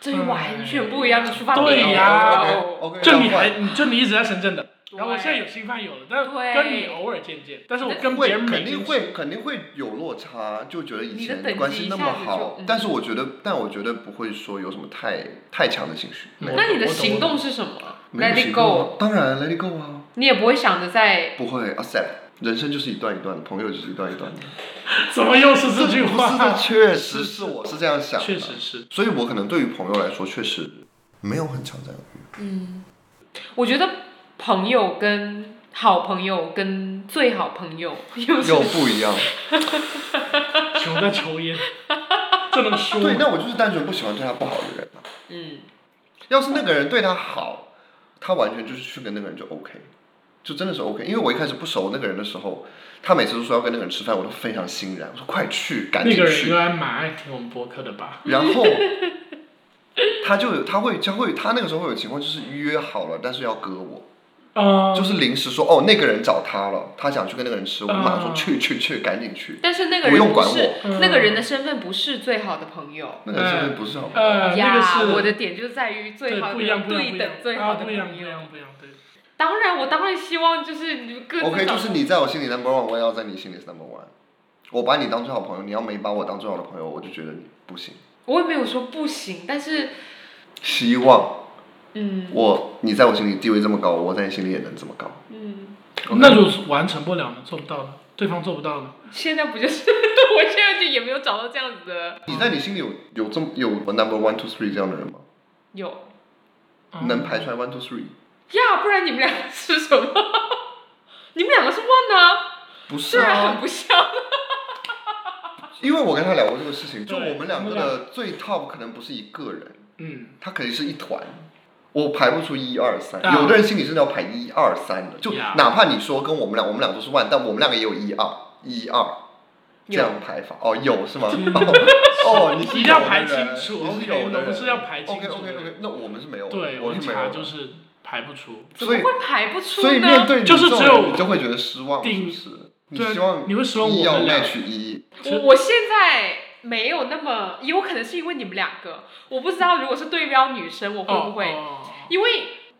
[SPEAKER 2] 这是完全不一样的出发点。
[SPEAKER 1] 对呀
[SPEAKER 2] 哦
[SPEAKER 3] OK，
[SPEAKER 1] 就你还你就你一直在深圳的，然后我
[SPEAKER 2] 对
[SPEAKER 1] 现
[SPEAKER 3] 啊
[SPEAKER 1] 在有新饭友了，但
[SPEAKER 2] 对
[SPEAKER 1] 跟你偶尔见见，但是我跟
[SPEAKER 3] 会
[SPEAKER 1] 别人每
[SPEAKER 3] 肯
[SPEAKER 1] 天
[SPEAKER 3] 定
[SPEAKER 1] 吃
[SPEAKER 3] 会肯定会有落差，就觉得以
[SPEAKER 2] 你的
[SPEAKER 3] 前
[SPEAKER 2] 等级
[SPEAKER 3] 关系那么
[SPEAKER 2] 一下子就
[SPEAKER 3] 好
[SPEAKER 2] 嗯，
[SPEAKER 3] 但是我觉得，但我觉得不会说有什么太太强的情绪。没
[SPEAKER 2] 那你的
[SPEAKER 1] 我懂
[SPEAKER 2] 行动是什么
[SPEAKER 3] 没有
[SPEAKER 2] 嗯？Let
[SPEAKER 3] 行
[SPEAKER 2] it
[SPEAKER 3] 动啊
[SPEAKER 2] go，
[SPEAKER 3] 当然 let it go 啊，
[SPEAKER 2] 你也不会想着在
[SPEAKER 3] 不会 accept。人生就是一段一段的，朋友就是一段一段 的。
[SPEAKER 1] 怎么又是这句
[SPEAKER 3] 不是这
[SPEAKER 1] 话？
[SPEAKER 3] 确实是我是这样想的，
[SPEAKER 1] 确实是，
[SPEAKER 3] 所以我可能对于朋友来说，确实没有很 强占有欲。
[SPEAKER 2] 嗯，我觉得朋友跟好朋友跟最好朋友又是
[SPEAKER 3] 又不一样。
[SPEAKER 1] 熊在抽烟，这能说
[SPEAKER 3] 对，
[SPEAKER 1] 吗？
[SPEAKER 3] 那我就是单纯不喜欢对他不好的人啊。
[SPEAKER 2] 嗯，
[SPEAKER 3] 要是那个人对他好，他完全就是去跟那个人就 OK，就真的是 OK。因为我一开始不熟那个人的时候，他每次都说要跟那个人吃饭，我都非常欣然，我说快去，赶
[SPEAKER 1] 那
[SPEAKER 3] 紧
[SPEAKER 1] 个人应
[SPEAKER 3] 去。
[SPEAKER 1] 该蛮爱听我们播客的吧？
[SPEAKER 3] 然后他就有他会他会他那个时候会有情况，就是约好了，但是要割我，
[SPEAKER 1] 嗯，
[SPEAKER 3] 就是临时说哦那个人找他了，他想去跟那个人吃，我马上说
[SPEAKER 1] 嗯
[SPEAKER 3] 去去去，赶紧去，
[SPEAKER 2] 但是那个
[SPEAKER 3] 不
[SPEAKER 2] 人
[SPEAKER 3] 用
[SPEAKER 2] 不
[SPEAKER 3] 管
[SPEAKER 2] 是
[SPEAKER 3] 我。
[SPEAKER 1] 嗯
[SPEAKER 2] 那个人的身份不是最好的朋友。
[SPEAKER 3] 那个人真的不是好朋友
[SPEAKER 1] 呃，那个
[SPEAKER 2] 呀
[SPEAKER 1] 是，
[SPEAKER 2] 我的点就在于最
[SPEAKER 1] 对
[SPEAKER 2] 好的
[SPEAKER 1] 不一样，
[SPEAKER 2] 人
[SPEAKER 1] 不一样，
[SPEAKER 2] 对
[SPEAKER 1] 不一样
[SPEAKER 2] 等最
[SPEAKER 1] 啊，
[SPEAKER 2] 好的
[SPEAKER 1] 不
[SPEAKER 2] 朋
[SPEAKER 1] 一样，不一
[SPEAKER 2] 友。
[SPEAKER 1] 样，不一样，对，
[SPEAKER 2] 当然，我当然希望就是你们各 自
[SPEAKER 3] OK，
[SPEAKER 2] 找
[SPEAKER 3] 就是你在我心里 number one，我也要在你心里 number one。我把你当最好朋友，你要没把我当最好的朋友，我就觉得你不行。
[SPEAKER 2] 我也没有说不行，但是
[SPEAKER 3] 希望
[SPEAKER 2] 嗯
[SPEAKER 3] 我你在我心里地位这么高，我在你心里也能这么高。
[SPEAKER 2] 嗯，
[SPEAKER 1] 那就完成不了呢，做不到呢，对方做不到呢，
[SPEAKER 2] 现在不就是 我现在就也没有找到这样子的
[SPEAKER 3] 你在你心里有有这么有 number one two three 这样的人吗？
[SPEAKER 2] 有
[SPEAKER 1] 嗯
[SPEAKER 3] 能排出来 one two three？
[SPEAKER 2] 呀，不然你们两个是什么？ 你们两个是 one 啊，
[SPEAKER 3] 不是
[SPEAKER 2] 虽然很
[SPEAKER 3] 啊，
[SPEAKER 2] 不像，
[SPEAKER 3] 因为我跟他聊过这个事情，就
[SPEAKER 1] 对
[SPEAKER 3] 我们两个
[SPEAKER 1] 我们
[SPEAKER 3] 的最 top 可能不是一个人，
[SPEAKER 1] 嗯。
[SPEAKER 3] 他肯定是一团。我排不出一二三，
[SPEAKER 1] 啊
[SPEAKER 3] 有的人心里真的要排一二三的，就
[SPEAKER 1] Yeah
[SPEAKER 3] 哪怕你说跟我们俩，我们俩都是 one，但我们两个也有一二一二这样排法。哦，有是吗？ 哦，你是
[SPEAKER 1] 一定要
[SPEAKER 3] 有的
[SPEAKER 1] 排
[SPEAKER 3] 人
[SPEAKER 1] 清楚
[SPEAKER 3] 你是
[SPEAKER 1] ，OK，
[SPEAKER 3] 有
[SPEAKER 1] 我
[SPEAKER 3] 的
[SPEAKER 1] 们
[SPEAKER 3] 人
[SPEAKER 1] 是要排清
[SPEAKER 3] OK
[SPEAKER 1] 楚
[SPEAKER 3] OK
[SPEAKER 1] 的
[SPEAKER 3] OK，那我们是没有的，
[SPEAKER 1] 对，
[SPEAKER 3] 我
[SPEAKER 1] 们
[SPEAKER 3] 是没有
[SPEAKER 1] 查
[SPEAKER 3] 的，
[SPEAKER 1] 就是排不出，
[SPEAKER 2] 怎
[SPEAKER 3] 所
[SPEAKER 2] 么
[SPEAKER 3] 以
[SPEAKER 2] 会排不出
[SPEAKER 3] 所以面
[SPEAKER 2] 呢？
[SPEAKER 3] 对你
[SPEAKER 1] 就是
[SPEAKER 3] 这种
[SPEAKER 1] 只有
[SPEAKER 3] 人你就会觉得失望，是
[SPEAKER 1] 顶
[SPEAKER 3] 不是？你
[SPEAKER 1] 对啊
[SPEAKER 3] 希望
[SPEAKER 1] 你会希望我
[SPEAKER 3] 一嗯要
[SPEAKER 1] 们俩
[SPEAKER 3] match 一，
[SPEAKER 1] 其
[SPEAKER 2] 我
[SPEAKER 1] 实
[SPEAKER 2] 我现在没有那么，有可能是因为你们两个，我不知道如果是对标女生，我会不会？
[SPEAKER 1] 哦哦
[SPEAKER 2] 因为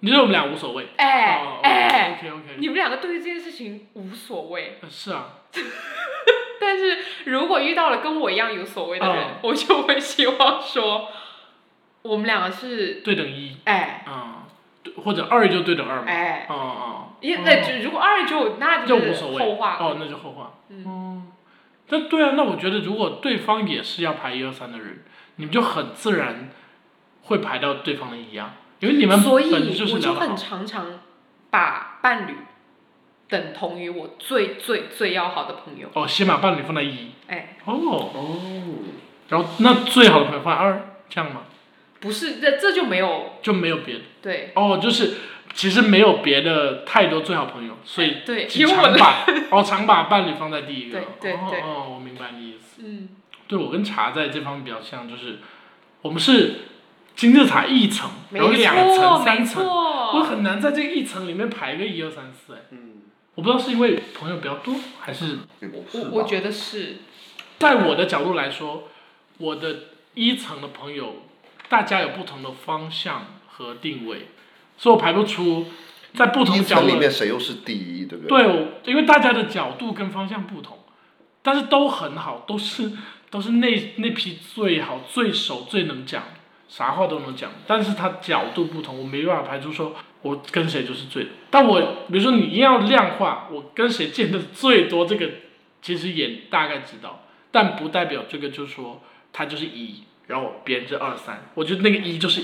[SPEAKER 1] 你觉得我们俩无所谓？哦
[SPEAKER 2] 哎哎，
[SPEAKER 1] ，OK OK，
[SPEAKER 2] 你们两个对于这件事情无所谓，
[SPEAKER 1] 是啊，
[SPEAKER 2] 但是如果遇到了跟我一样有所谓的人，
[SPEAKER 1] 嗯
[SPEAKER 2] 我就会希望说，我们两个是
[SPEAKER 1] 对等一，
[SPEAKER 2] 哎
[SPEAKER 1] 嗯，对或者二就对等二嘛，
[SPEAKER 2] 哎，
[SPEAKER 1] 哦哦，
[SPEAKER 2] 因
[SPEAKER 1] 哦
[SPEAKER 2] 呃、就如果二就那
[SPEAKER 1] 就是无所谓
[SPEAKER 2] 后话，
[SPEAKER 1] 哦，那就后话，
[SPEAKER 2] 嗯
[SPEAKER 1] 嗯，但对啊，那我觉得如果对方也是要排一二三的人，你们就很自然会排到对方的一样，因为你们
[SPEAKER 2] 所以
[SPEAKER 1] 本身就是
[SPEAKER 2] 我就
[SPEAKER 1] 聊得
[SPEAKER 2] 很
[SPEAKER 1] 好，
[SPEAKER 2] 常常把伴侣等同于我最最最要好的朋友，
[SPEAKER 1] 哦，先把伴侣放在一，
[SPEAKER 2] 哎，
[SPEAKER 1] 哦，
[SPEAKER 3] 哦，
[SPEAKER 1] 然后那最好的朋友放在二，这样吗？
[SPEAKER 2] 不是这这就没有
[SPEAKER 1] 就没有别的
[SPEAKER 2] 对
[SPEAKER 1] 哦，就是其实没有别的太多最好朋友，所以
[SPEAKER 2] 哎对，
[SPEAKER 1] 其
[SPEAKER 2] 因为我
[SPEAKER 1] 常
[SPEAKER 2] 的
[SPEAKER 1] 把哦常把伴侣放在第一个。
[SPEAKER 2] 对对对
[SPEAKER 1] 哦哦，我明白你意思。
[SPEAKER 2] 嗯
[SPEAKER 1] 对我跟茶在这方面比较像，就是我们是金字塔一层，
[SPEAKER 2] 没
[SPEAKER 1] 然后
[SPEAKER 2] 错
[SPEAKER 1] 两层、
[SPEAKER 2] 没
[SPEAKER 1] 三层，我
[SPEAKER 2] 错，
[SPEAKER 1] 很难在这一层里面排个一二三四。哎，
[SPEAKER 3] 嗯，
[SPEAKER 1] 我不知道是因为朋友比较多，还是
[SPEAKER 3] 也不是
[SPEAKER 2] 我
[SPEAKER 3] 吧
[SPEAKER 2] 我觉得是
[SPEAKER 1] 在我的角度来说，我的一层的朋友，大家有不同的方向和定位，所以我排不出在不同
[SPEAKER 3] 一
[SPEAKER 1] 角
[SPEAKER 3] 层里
[SPEAKER 1] 度。
[SPEAKER 3] 面谁又是第一，对不对？
[SPEAKER 1] 对，我因为大家的角度跟方向不同，但是都很好，都是都是那那批最好、最熟、最能讲，啥话都能讲。但是他角度不同，我没办法排除说我跟谁就是最。但我比如说你硬要量化，我跟谁见的最多，这个其实也大概知道，但不代表这个就是说他就是一，然后别人是二三。我觉得那个一就是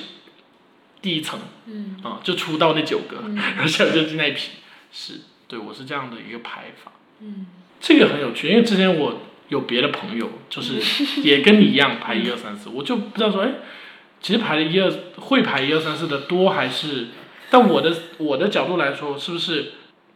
[SPEAKER 1] 第一层，
[SPEAKER 2] 嗯
[SPEAKER 1] 啊、就出到那九个。
[SPEAKER 2] 嗯
[SPEAKER 1] 然后下面就是那一批，是对我是这样的一个排法，
[SPEAKER 2] 嗯
[SPEAKER 1] 这个很有趣，因为之前我有别的朋友，就是
[SPEAKER 2] 嗯
[SPEAKER 1] 也跟你一样排一二三四，我就不知道说，哎，其实排了一二会排一二三四的多还是，但我的我的角度来说，是不是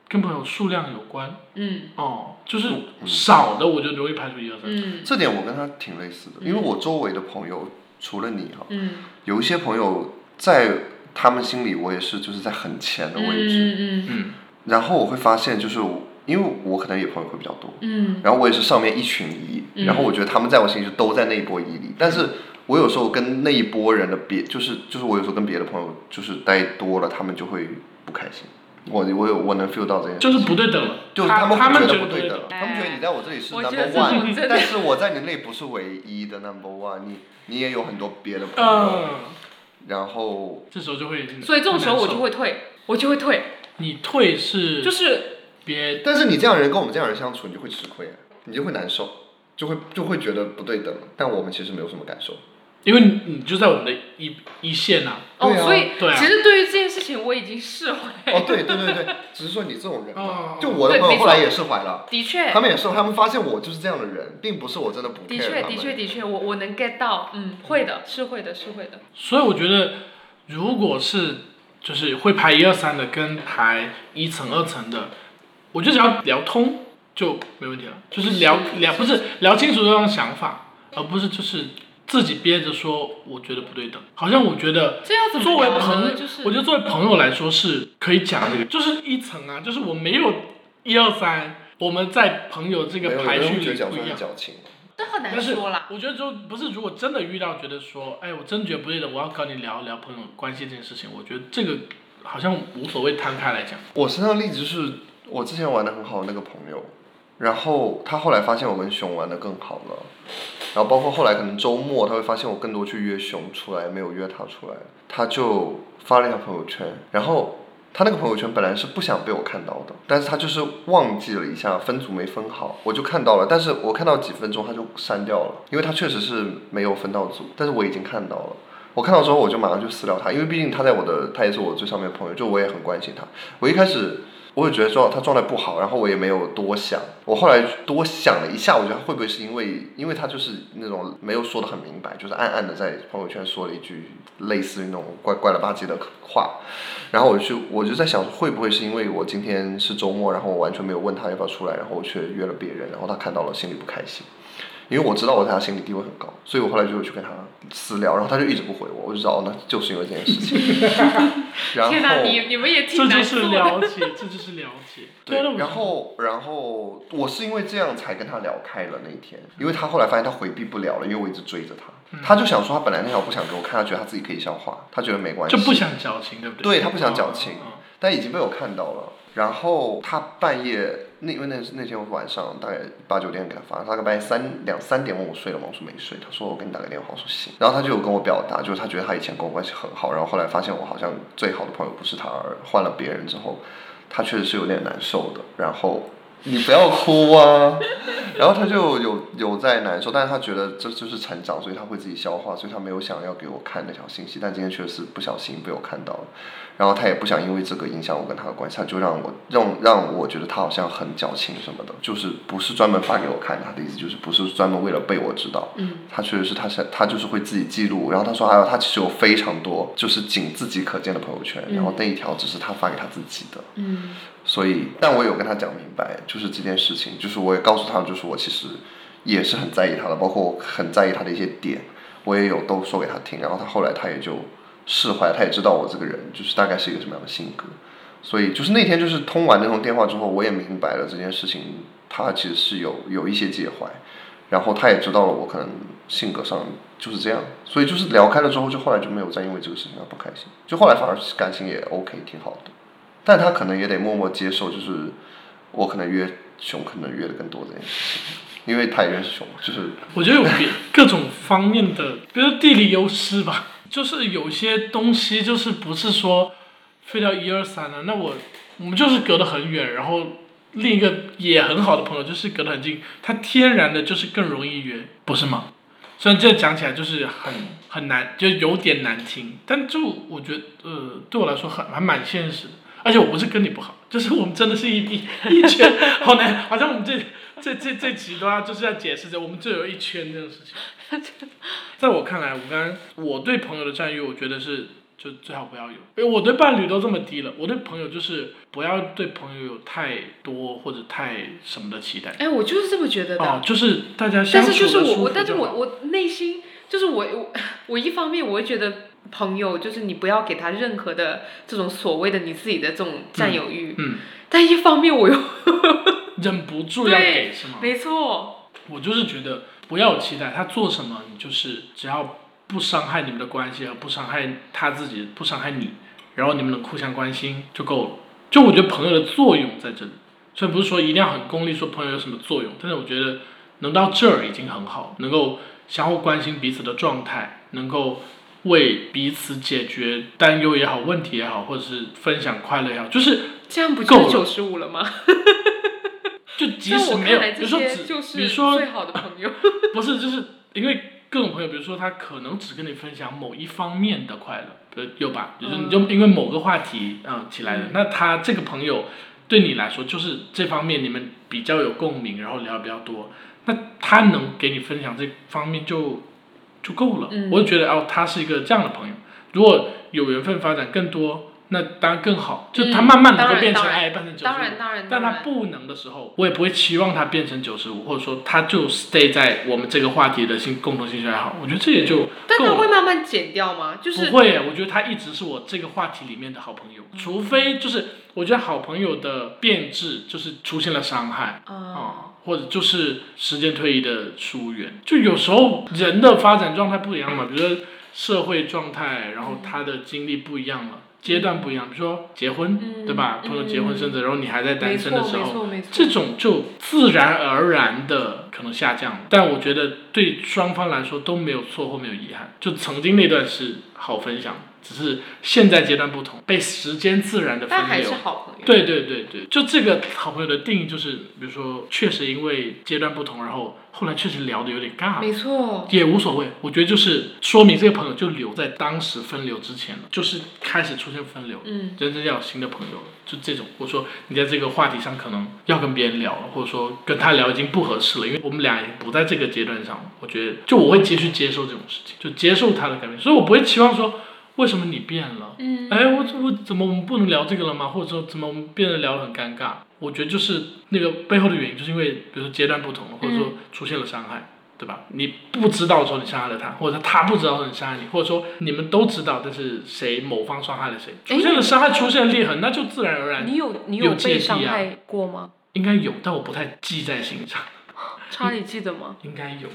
[SPEAKER 1] 跟朋友数量有关？
[SPEAKER 2] 嗯
[SPEAKER 1] 哦，就是
[SPEAKER 3] 嗯
[SPEAKER 1] 少的我就容易排除一二三四，
[SPEAKER 2] 嗯
[SPEAKER 3] 这点我跟他挺类似的，因
[SPEAKER 1] 嗯
[SPEAKER 3] 为我周围的朋友除了你哈，
[SPEAKER 2] 嗯
[SPEAKER 3] 有一些朋友在他们心里我也是就是在很前的位置，
[SPEAKER 2] 嗯
[SPEAKER 1] 嗯
[SPEAKER 3] 然后我会发现就是我因为我可能也朋友会比较多，
[SPEAKER 2] 嗯
[SPEAKER 3] 然后我也是上面一群一，
[SPEAKER 2] 嗯
[SPEAKER 3] 然后我觉得他们在我心里就都在那一波一里，但是我有时候跟那一波人的别，就是就是我有时候跟别的朋友就是待多了，他们就会不开心。我我有我能 feel 到这件事，
[SPEAKER 1] 就是不对等了，
[SPEAKER 3] 就是
[SPEAKER 1] 他
[SPEAKER 3] 们
[SPEAKER 1] 们
[SPEAKER 3] 会觉
[SPEAKER 1] 觉
[SPEAKER 3] 得不
[SPEAKER 1] 对
[SPEAKER 3] 对
[SPEAKER 1] 等
[SPEAKER 3] 等，，他们觉得你在我这里是
[SPEAKER 2] 哎我觉
[SPEAKER 3] number
[SPEAKER 2] 得这种
[SPEAKER 3] one，
[SPEAKER 2] 真的
[SPEAKER 3] 但是我在你那里不是唯一的 number one，你你也有很多别的朋友，
[SPEAKER 1] 嗯，
[SPEAKER 3] 然后
[SPEAKER 1] 这时候就会，
[SPEAKER 2] 所以这种时候我
[SPEAKER 1] 很
[SPEAKER 2] 就
[SPEAKER 1] 难
[SPEAKER 2] 会退，我就会退，
[SPEAKER 1] 受你退
[SPEAKER 3] 啊
[SPEAKER 1] 是
[SPEAKER 2] 就是
[SPEAKER 1] 别
[SPEAKER 3] 但是你这样的人跟我们这样的人相处，你就会吃亏，你就会难受，就会就会觉得不对等，但我们其实没有什么感受。
[SPEAKER 1] 因为你你就在我们的一一线呐、
[SPEAKER 2] 哦
[SPEAKER 3] 对，啊
[SPEAKER 2] 所以
[SPEAKER 1] 对啊
[SPEAKER 2] 其实对于这件事情我已经释怀，
[SPEAKER 3] 哦，对对对对，只是说你这种人
[SPEAKER 1] 哦
[SPEAKER 3] 嘛，就我的朋
[SPEAKER 2] 对没
[SPEAKER 3] 友后
[SPEAKER 2] 错
[SPEAKER 3] 来也释怀了，
[SPEAKER 2] 的确
[SPEAKER 3] 他们也是，他们发现我就是这样的人，并不是我真的不
[SPEAKER 2] 的
[SPEAKER 3] care
[SPEAKER 2] 确
[SPEAKER 3] 他
[SPEAKER 2] 的
[SPEAKER 3] 们
[SPEAKER 2] 确的确，我我能 get 到，嗯，会的，是会的，是会的，
[SPEAKER 1] 所以我觉得，如果是就是会排一二三的跟排一层二层的，我觉得只要聊通就没问题了，就是聊
[SPEAKER 2] 是
[SPEAKER 1] 聊不是聊清楚对方的想法，而不是就是自己憋着说我觉得不对等，好像我觉得
[SPEAKER 2] 这要怎
[SPEAKER 1] 作
[SPEAKER 2] 么
[SPEAKER 1] 为
[SPEAKER 2] 聊
[SPEAKER 1] 朋
[SPEAKER 2] 呢？
[SPEAKER 1] 友，
[SPEAKER 2] 就是
[SPEAKER 1] 我觉得作为朋友来说是可以讲这个，就是一层啊，就是我没有一二三，我们在朋友这
[SPEAKER 3] 没有
[SPEAKER 1] 个
[SPEAKER 3] 有
[SPEAKER 1] 排
[SPEAKER 3] 人
[SPEAKER 1] 序
[SPEAKER 3] 会
[SPEAKER 1] 里
[SPEAKER 3] 觉得讲
[SPEAKER 1] 不
[SPEAKER 3] 说
[SPEAKER 1] 一
[SPEAKER 3] 很
[SPEAKER 1] 样。
[SPEAKER 3] 矫情，
[SPEAKER 2] 这很难
[SPEAKER 1] 但是
[SPEAKER 2] 说啦，
[SPEAKER 1] 我觉得就不是，如果真的遇到觉得说，哎，我真觉得不对的，我要跟你聊聊朋友关系这件事情，我觉得这个好像无所谓摊开来讲。
[SPEAKER 3] 我身上的例子是我之前玩的很好的那个朋友，然后他后来发现我跟熊玩的更好了，然后包括后来可能周末他会发现我更多去约熊出来，没有约他出来，他就发了一条朋友圈，然后他那个朋友圈本来是不想被我看到的，但是他就是忘记了一下分组没分好，我就看到了，但是我看到几分钟他就删掉了，因为他确实是没有分到组，但是我已经看到了。我看到之后，我就马上就私聊他，因为毕竟他在我的，他也是我最上面的朋友，就我也很关心他。我一开始我也觉得哦状他状态不好，然后我也没有多想。我后来多想了一下，我觉得会不会是因为，因为他就是那种没有说的很明白，就是暗暗的在朋友圈说了一句类似于那种怪怪了吧唧的话，然后我就我就在想，会不会是因为我今天是周末，然后我完全没有问他要不要出来，然后我却约了别人，然后他看到了心里不开心。因为我知道我在他心里地位很高，所以我后来就有去跟他私聊，然后他就一直不回我，我就知道哦，那就是因为这件事情。 然后
[SPEAKER 2] 天哪，你你们也
[SPEAKER 1] 这
[SPEAKER 2] 挺
[SPEAKER 1] 就
[SPEAKER 2] 难
[SPEAKER 1] 是
[SPEAKER 2] 受的，
[SPEAKER 1] 了解，这就是了 解。
[SPEAKER 3] 对
[SPEAKER 1] 啊那，我
[SPEAKER 3] 然后然后我是因为这样才跟他聊开了那一天，因为他后来发现他回避不了了，因为我一直追着他，他就想说他本来那条不想给我看，他觉得他自己可以消化，他觉得没关系，
[SPEAKER 1] 就不想矫情，对不对
[SPEAKER 3] 对他不想矫情
[SPEAKER 1] 嗯嗯
[SPEAKER 3] 但已经被我看到了。然后他半夜那因为那那天晚上大概八九点给他发，他大概半夜三两三点问我睡了吗？我说没睡。他说我给你打个电话，我说行。然后他就有跟我表达，就是他觉得他以前跟我关系很好，然后后来发现我好像最好的朋友不是他，而换了别人之后，他确实是有点难受的。然后你不要哭啊。 然后他就有有在难受，但是他觉得这就是成长，所以他会自己消化，所以他没有想要给我看那条信息，但今天确实不小心被我看到了。然后他也不想因为这个影响我跟他的关系，他就让我让让我觉得他好像很矫情什么的，就是不是专门发给我看，他的意思就是不是专门为了被我知道，
[SPEAKER 2] 嗯，
[SPEAKER 3] 他确实是他是他就是会自己记录，然后他说还有他其实有非常多就是仅自己可见的朋友圈，然后那一条只是他发给他自己的，
[SPEAKER 2] 嗯
[SPEAKER 3] 所以，但我有跟他讲明白，就是这件事情，就是我也告诉他，就是我其实也是很在意他的，包括我很在意他的一些点，我也有都说给他听。然后他后来他也就释怀，他也知道我这个人就是大概是一个什么样的性格。所以就是那天就是通完那通电话之后，我也明白了这件事情，他其实是有有一些介怀，然后他也知道了我可能性格上就是这样，所以就是聊开了之后，就后来就没有再因为这个事情而不开心，就后来反而是感情也 OK 挺好的。但他可能也得默默接受，就是我可能约熊，可能约的更多这件事情，因为他也认识熊嘛，就是
[SPEAKER 1] 我觉得有别各种方面的，比如地理优势吧，就是有些东西就是不是说非到一二三的，那我我们就是隔得很远，然后另一个也很好的朋友就是隔得很近，他天然的就是更容易约，不是吗？虽然这讲起来就是很很难，就有点难听，但就我觉得呃，对我来说很还蛮现实的。而且我不是跟你不好， 就是我们真的是一一一圈，好难，好像我们这这这这集的话就是要解释这我们就有一圈这种事情。在我看来，我刚刚我对朋友的占有欲，我觉得是就最好不要有，因为我对伴侣都这么低了，我对朋友就是不要对朋友有太多或者太什么的期待。
[SPEAKER 2] 哎，我就是这么觉得的。
[SPEAKER 1] 哦，就是大家相
[SPEAKER 2] 但
[SPEAKER 1] 处的
[SPEAKER 2] 是就是我
[SPEAKER 1] 舒服
[SPEAKER 2] 我，但是
[SPEAKER 1] 就
[SPEAKER 2] 我
[SPEAKER 1] 好
[SPEAKER 2] 我内心就是我我我一方面我会觉得朋友就是你不要给他任何的这种所谓的你自己的这种占有欲，
[SPEAKER 1] 嗯，
[SPEAKER 2] 但一方面我又
[SPEAKER 1] 忍不住要
[SPEAKER 2] 对？
[SPEAKER 1] 给是吗
[SPEAKER 2] 没错，
[SPEAKER 1] 我就是觉得不要有期待，他做什么，你就是只要不伤害你们的关系，而不伤害他自己，不伤害你，然后你们能互相关心就够了。就我觉得朋友的作用在这里，所以不是说一定要很功利说朋友有什么作用，但是我觉得能到这儿已经很好，能够相互关心彼此的状态，能够为彼此解决担忧也好、问题也好，或者是分享快乐也好，就是
[SPEAKER 2] 这样不
[SPEAKER 1] 够
[SPEAKER 2] 就
[SPEAKER 1] 了
[SPEAKER 2] 是九十五了吗？
[SPEAKER 1] 就即
[SPEAKER 2] 在
[SPEAKER 1] 使
[SPEAKER 2] 我
[SPEAKER 1] 没有
[SPEAKER 2] 看来，，
[SPEAKER 1] 比
[SPEAKER 2] 这
[SPEAKER 1] 如说
[SPEAKER 2] 些
[SPEAKER 1] 只，
[SPEAKER 2] 就是
[SPEAKER 1] 比如说
[SPEAKER 2] 最好的朋友。
[SPEAKER 1] 不是，就是因为各种朋友，比如说他可能只跟你分享某一方面的快乐，呃，有吧？就是你
[SPEAKER 2] 嗯
[SPEAKER 1] 就因为某个话题，嗯、起来了。那他这个朋友对你来说，就是这方面你们比较有共鸣，然后聊得比较多，那他能给你分享这方面就就够了。
[SPEAKER 2] 嗯
[SPEAKER 1] 我就觉得哦，他是一个这样的朋友。如果有缘分发展更多，那当然更好。就他
[SPEAKER 2] 嗯
[SPEAKER 1] 慢慢能
[SPEAKER 2] 当
[SPEAKER 1] 够
[SPEAKER 2] 然
[SPEAKER 1] 变成
[SPEAKER 2] 当然
[SPEAKER 1] 爱，变成九十
[SPEAKER 2] 当然当然，
[SPEAKER 1] 但
[SPEAKER 2] 当
[SPEAKER 1] 他
[SPEAKER 2] 然
[SPEAKER 1] 不能的时候，我也不会期望他变成九十五，或者说他就 stay 在我们这个话题的兴共同兴趣爱好。我觉得这也就
[SPEAKER 2] 但
[SPEAKER 1] 够
[SPEAKER 2] 他
[SPEAKER 1] 了。
[SPEAKER 2] 会慢慢减掉吗？就是嗯
[SPEAKER 1] 不会，我觉得他一直是我这个话题里面的好朋友，除非就是我觉得好朋友的变质就是出现了伤害啊、
[SPEAKER 2] 啊，
[SPEAKER 1] 或者就是时间推移的疏远。就有时候人的发展状态不一样嘛，比如说社会状态，然后
[SPEAKER 2] 嗯
[SPEAKER 1] 他的经历不一样了，阶段不一样，比如说结婚，
[SPEAKER 2] 嗯
[SPEAKER 1] 对吧？朋友结婚
[SPEAKER 2] 嗯
[SPEAKER 1] 生子，然后你还在单
[SPEAKER 2] 没
[SPEAKER 1] 身
[SPEAKER 2] 错
[SPEAKER 1] 的时
[SPEAKER 2] 没
[SPEAKER 1] 候。
[SPEAKER 2] 错没错，
[SPEAKER 1] 这种就自然而然的可能下降了，但我觉得对双方来说都没有错或没有遗憾，就曾经那段是好分享，只是现在阶段不同，被时间自然的
[SPEAKER 2] 但
[SPEAKER 1] 分
[SPEAKER 2] 还是
[SPEAKER 1] 流。
[SPEAKER 2] 好朋友。
[SPEAKER 1] 对对对对，就这个好朋友的定义就是，比如说确实因为阶段不同，然后后来确实聊得有点尬，
[SPEAKER 2] 没错，
[SPEAKER 1] 也无所谓。我觉得就是说明这个朋友就留在当时分流之前了，就是开始出现分流了。
[SPEAKER 2] 嗯
[SPEAKER 1] 真正要有新的朋友了，就这种，或者说你在这个话题上可能要跟别人聊了，或者说跟他聊已经不合适了，因为我们俩已经不在这个阶段上了。我觉得，就我会继续接受这种事情，就接受他的改变，所以我不会期望说为什么你变了，
[SPEAKER 2] 嗯，
[SPEAKER 1] 哎，我我怎么我们不能聊这个了吗？或者说怎么我们变得聊得很尴尬？我觉得就是那个背后的原因，就是因为比如说阶段不同，或者
[SPEAKER 2] 嗯
[SPEAKER 1] 说出现了伤害，对吧？你不知道的时候你伤害了他，或者他不知道的时候你伤害你，或者说你们都知道，但是谁某方伤害了谁，
[SPEAKER 2] 哎
[SPEAKER 1] 出现了伤害，出现了裂痕，那就自然而然
[SPEAKER 2] 你有你
[SPEAKER 1] 有
[SPEAKER 2] 有
[SPEAKER 1] 芥
[SPEAKER 2] 被
[SPEAKER 1] 蒂
[SPEAKER 2] 伤
[SPEAKER 1] 啊
[SPEAKER 2] 害过吗？
[SPEAKER 1] 应该有，但我不太记在心上，
[SPEAKER 2] 查理记得吗？
[SPEAKER 1] 应该有。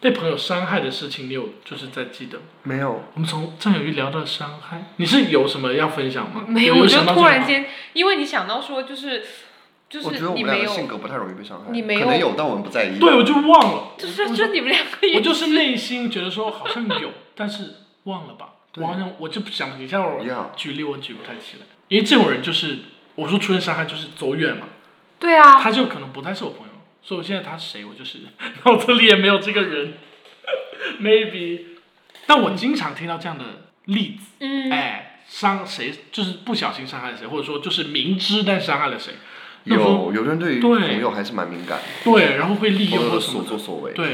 [SPEAKER 1] 被朋友伤害的事情，你有就是在记得吗。
[SPEAKER 3] 没有
[SPEAKER 1] 我们从占有欲聊到伤害，你是有什么要分享吗？
[SPEAKER 2] 没有，
[SPEAKER 1] 有，
[SPEAKER 2] 我觉
[SPEAKER 1] 想到
[SPEAKER 2] 得突
[SPEAKER 1] 这
[SPEAKER 2] 然
[SPEAKER 1] 个吗
[SPEAKER 2] 间，因为你想到说就是就
[SPEAKER 3] 我觉
[SPEAKER 2] 是
[SPEAKER 3] 得我
[SPEAKER 2] 你
[SPEAKER 3] 们俩的
[SPEAKER 2] 没有，
[SPEAKER 3] 性格不太容易被伤害，
[SPEAKER 2] 你没有
[SPEAKER 3] 可能有，但我们不在意。
[SPEAKER 1] 对，我就忘了。
[SPEAKER 2] 就是就你们 两个
[SPEAKER 1] 我
[SPEAKER 2] 也
[SPEAKER 1] 就是内心觉得说好像有，但是忘了吧，
[SPEAKER 3] 对
[SPEAKER 1] 我好像我就不想一下
[SPEAKER 3] 一样
[SPEAKER 1] 我举例我举不太起来，因为这种人就是我说出现伤害就是走远嘛，
[SPEAKER 2] 对啊，
[SPEAKER 1] 他就可能不太是我朋友，所以我现在他谁我就是 脑子里也没有这个人 ，maybe，但我经常听到这样的例子，
[SPEAKER 2] 嗯，
[SPEAKER 1] 哎，伤谁，就是不小心伤害谁，或者说就是明知但伤害了谁，那时候
[SPEAKER 3] 有有的人对于
[SPEAKER 1] 对
[SPEAKER 3] 朋友还是蛮敏感的，
[SPEAKER 1] 对，然后会利
[SPEAKER 3] 朋
[SPEAKER 1] 用
[SPEAKER 3] 友
[SPEAKER 1] 或
[SPEAKER 3] 的
[SPEAKER 1] 什么
[SPEAKER 3] 所
[SPEAKER 1] 的，
[SPEAKER 3] 作所为。
[SPEAKER 1] 对，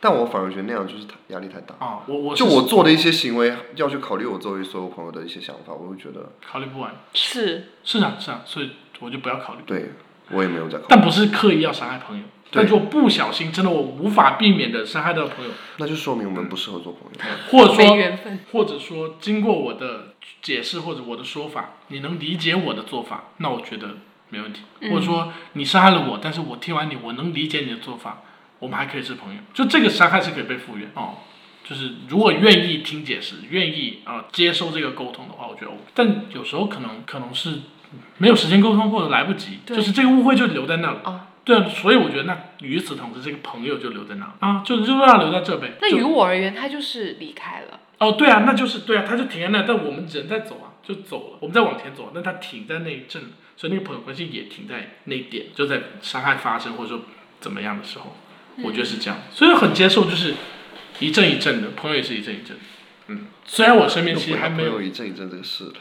[SPEAKER 3] 但我反而觉得那样就是太压力太大。
[SPEAKER 1] 啊，我我
[SPEAKER 3] 就是我做的一些行为，要去考虑我周围所有朋友的一些想法，我会觉得，
[SPEAKER 1] 考虑不完，
[SPEAKER 2] 是，
[SPEAKER 1] 是啊是啊，所以我就不要考虑，
[SPEAKER 3] 对我也没有在考虑，
[SPEAKER 1] 但不是刻意要伤害朋友，
[SPEAKER 3] 对
[SPEAKER 1] 但如果不小心真的我无法避免的伤害到朋友，
[SPEAKER 3] 那就说明我们不适合做朋友。
[SPEAKER 1] 或者
[SPEAKER 2] 没
[SPEAKER 1] 说
[SPEAKER 2] 缘分。
[SPEAKER 1] 或者说经过我的解释或者我的说法，你能理解我的做法，那我觉得没问题，
[SPEAKER 2] 嗯
[SPEAKER 1] 或者说你伤害了我，但是我听完你，我能理解你的做法，我们还可以是朋友，就这个伤害是可以被复原哦。就是如果愿意听解释，愿意啊、呃接受这个沟通的话，我觉得 OK。但有时候可能可能是没有时间沟通，或者来不及，
[SPEAKER 2] 对
[SPEAKER 1] 就是这个误会就留在那了。
[SPEAKER 2] 哦
[SPEAKER 1] 对啊，所以我觉得那与此同时，这个朋友就留在那了啊，就就让他留在这呗。
[SPEAKER 2] 那
[SPEAKER 1] 就
[SPEAKER 2] 于我而言，他就是离开了。
[SPEAKER 1] 哦，对啊，那就是对啊，他就停在那，但我们人在走啊，就走了，我们在往前走，啊那他停在那一阵，所以那个朋友关系也停在那一点，就在伤害发生或者说怎么样的时候，我觉得是这样，所以很接受，就是一阵一阵的，朋友也是一阵一阵的，嗯，虽然我身边其实还没有
[SPEAKER 3] 一阵一阵这个事了。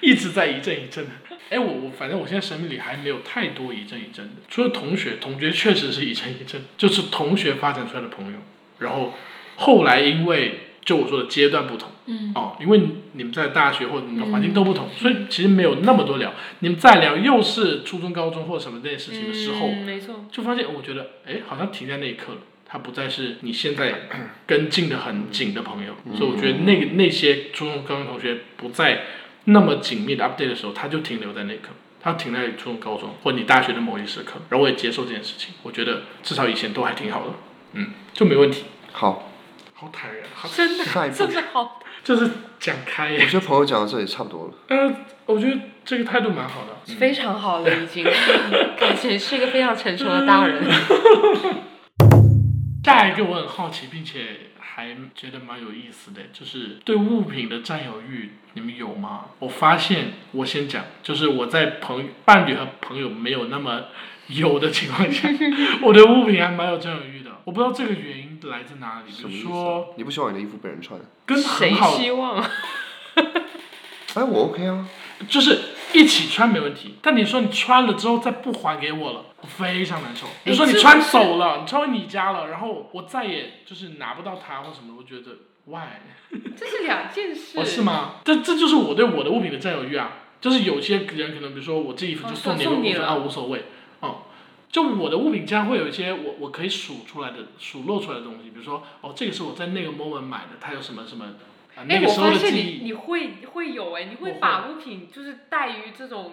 [SPEAKER 1] 一直在一阵一阵的，哎，我我反正我现在生命里还没有太多一阵一阵的，除了同学，同学确实是一阵一阵，就是同学发展出来的朋友，然后后来因为就我说的阶段不同。
[SPEAKER 2] 嗯，
[SPEAKER 1] 哦，因为你们在大学或者你们环境都不同，所以其实没有那么多聊。你们再聊又是初中、高中或什么这件事情的时候，
[SPEAKER 2] 嗯没错。
[SPEAKER 1] 就发现我觉得，哎，好像停在那一刻了。他不再是你现在跟进的很紧的朋友，所以我觉得那个那些初中、高中同学不再那么紧密的 update 的时候，他就停留在那一刻，他停在初中、高中或你大学的某一时刻。然后我也接受这件事情，我觉得至少以前都还挺好的，嗯，就没问题。
[SPEAKER 3] 好，
[SPEAKER 1] 好坦然，好
[SPEAKER 2] 真的，
[SPEAKER 3] 下一步
[SPEAKER 2] 真，的好。
[SPEAKER 1] 就是讲开耶
[SPEAKER 3] 我。觉得朋友讲到这里差不多了。
[SPEAKER 1] 呃，我觉得这个态度蛮好的。
[SPEAKER 2] 非常好了，已 经感觉是一个非常成熟的大人。
[SPEAKER 1] 嗯下一个我很好奇，并且还觉得蛮有意思的，就是对物品的占有欲，你们有吗？我发现，我先讲，就是我在朋友伴侣和朋友没有那么有的情况下，我对物品还蛮有占有欲的。我不知道这个原因来自哪里，比如说
[SPEAKER 3] 啊你不希望你的衣服被人穿？
[SPEAKER 1] 跟
[SPEAKER 2] 谁
[SPEAKER 1] 很好
[SPEAKER 2] 希望？啊
[SPEAKER 3] 哎，我 OK 啊，
[SPEAKER 1] 就是一起穿没问题，但你说你穿了之后再不还给我了，我非常难受。
[SPEAKER 2] 哎
[SPEAKER 1] 比如说你穿走了，你穿回你家了，然后我再也就是拿不到它或什么，我觉得 why？
[SPEAKER 2] 这是两件事。
[SPEAKER 1] 哦，是吗？这这就是我对我的物品的占有欲啊。就是有些人可能，比如说我这衣服
[SPEAKER 2] 哦
[SPEAKER 1] 就
[SPEAKER 2] 送
[SPEAKER 1] 你，
[SPEAKER 2] 送
[SPEAKER 1] 我
[SPEAKER 2] 你
[SPEAKER 1] 说
[SPEAKER 2] 了
[SPEAKER 1] 啊无所谓，哦、就我的物品家会有一些我我可以数出来的、数落出来的东西，比如说哦，这个是我在那个 moment 买的，它有什么什么啊、那
[SPEAKER 2] 哎，
[SPEAKER 1] 个
[SPEAKER 2] 我
[SPEAKER 1] 时候
[SPEAKER 2] 发
[SPEAKER 1] 的
[SPEAKER 2] 现
[SPEAKER 1] 记
[SPEAKER 2] 你
[SPEAKER 1] 忆，
[SPEAKER 2] 你会会有哎，你会
[SPEAKER 1] 我会
[SPEAKER 2] 把物品就是带于这种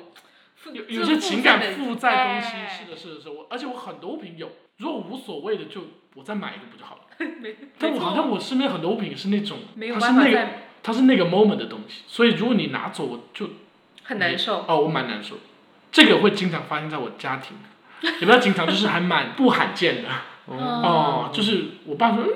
[SPEAKER 2] 负
[SPEAKER 1] 有
[SPEAKER 2] 这
[SPEAKER 1] 有些
[SPEAKER 2] 种
[SPEAKER 1] 情感
[SPEAKER 2] 的
[SPEAKER 1] 负载东西，
[SPEAKER 2] 哎
[SPEAKER 1] 是的，是的，是的。我而且我很多物品有，如果无所谓的就我再买一个不就好了？
[SPEAKER 2] 没
[SPEAKER 1] 但
[SPEAKER 2] 没
[SPEAKER 1] 我
[SPEAKER 2] 错
[SPEAKER 1] 好像我身边很多物品是那种，
[SPEAKER 2] 没有
[SPEAKER 1] 哦它是
[SPEAKER 2] 办法
[SPEAKER 1] 那个
[SPEAKER 2] 再
[SPEAKER 1] 它是那个 moment 的东西，所以如果你拿走，我就
[SPEAKER 2] 很难受。
[SPEAKER 1] 哦，我蛮难受。这个会经常发生在我家庭，也不要经常，就是还蛮不罕见的
[SPEAKER 2] 嗯
[SPEAKER 1] 哦。就是我爸说，嗯，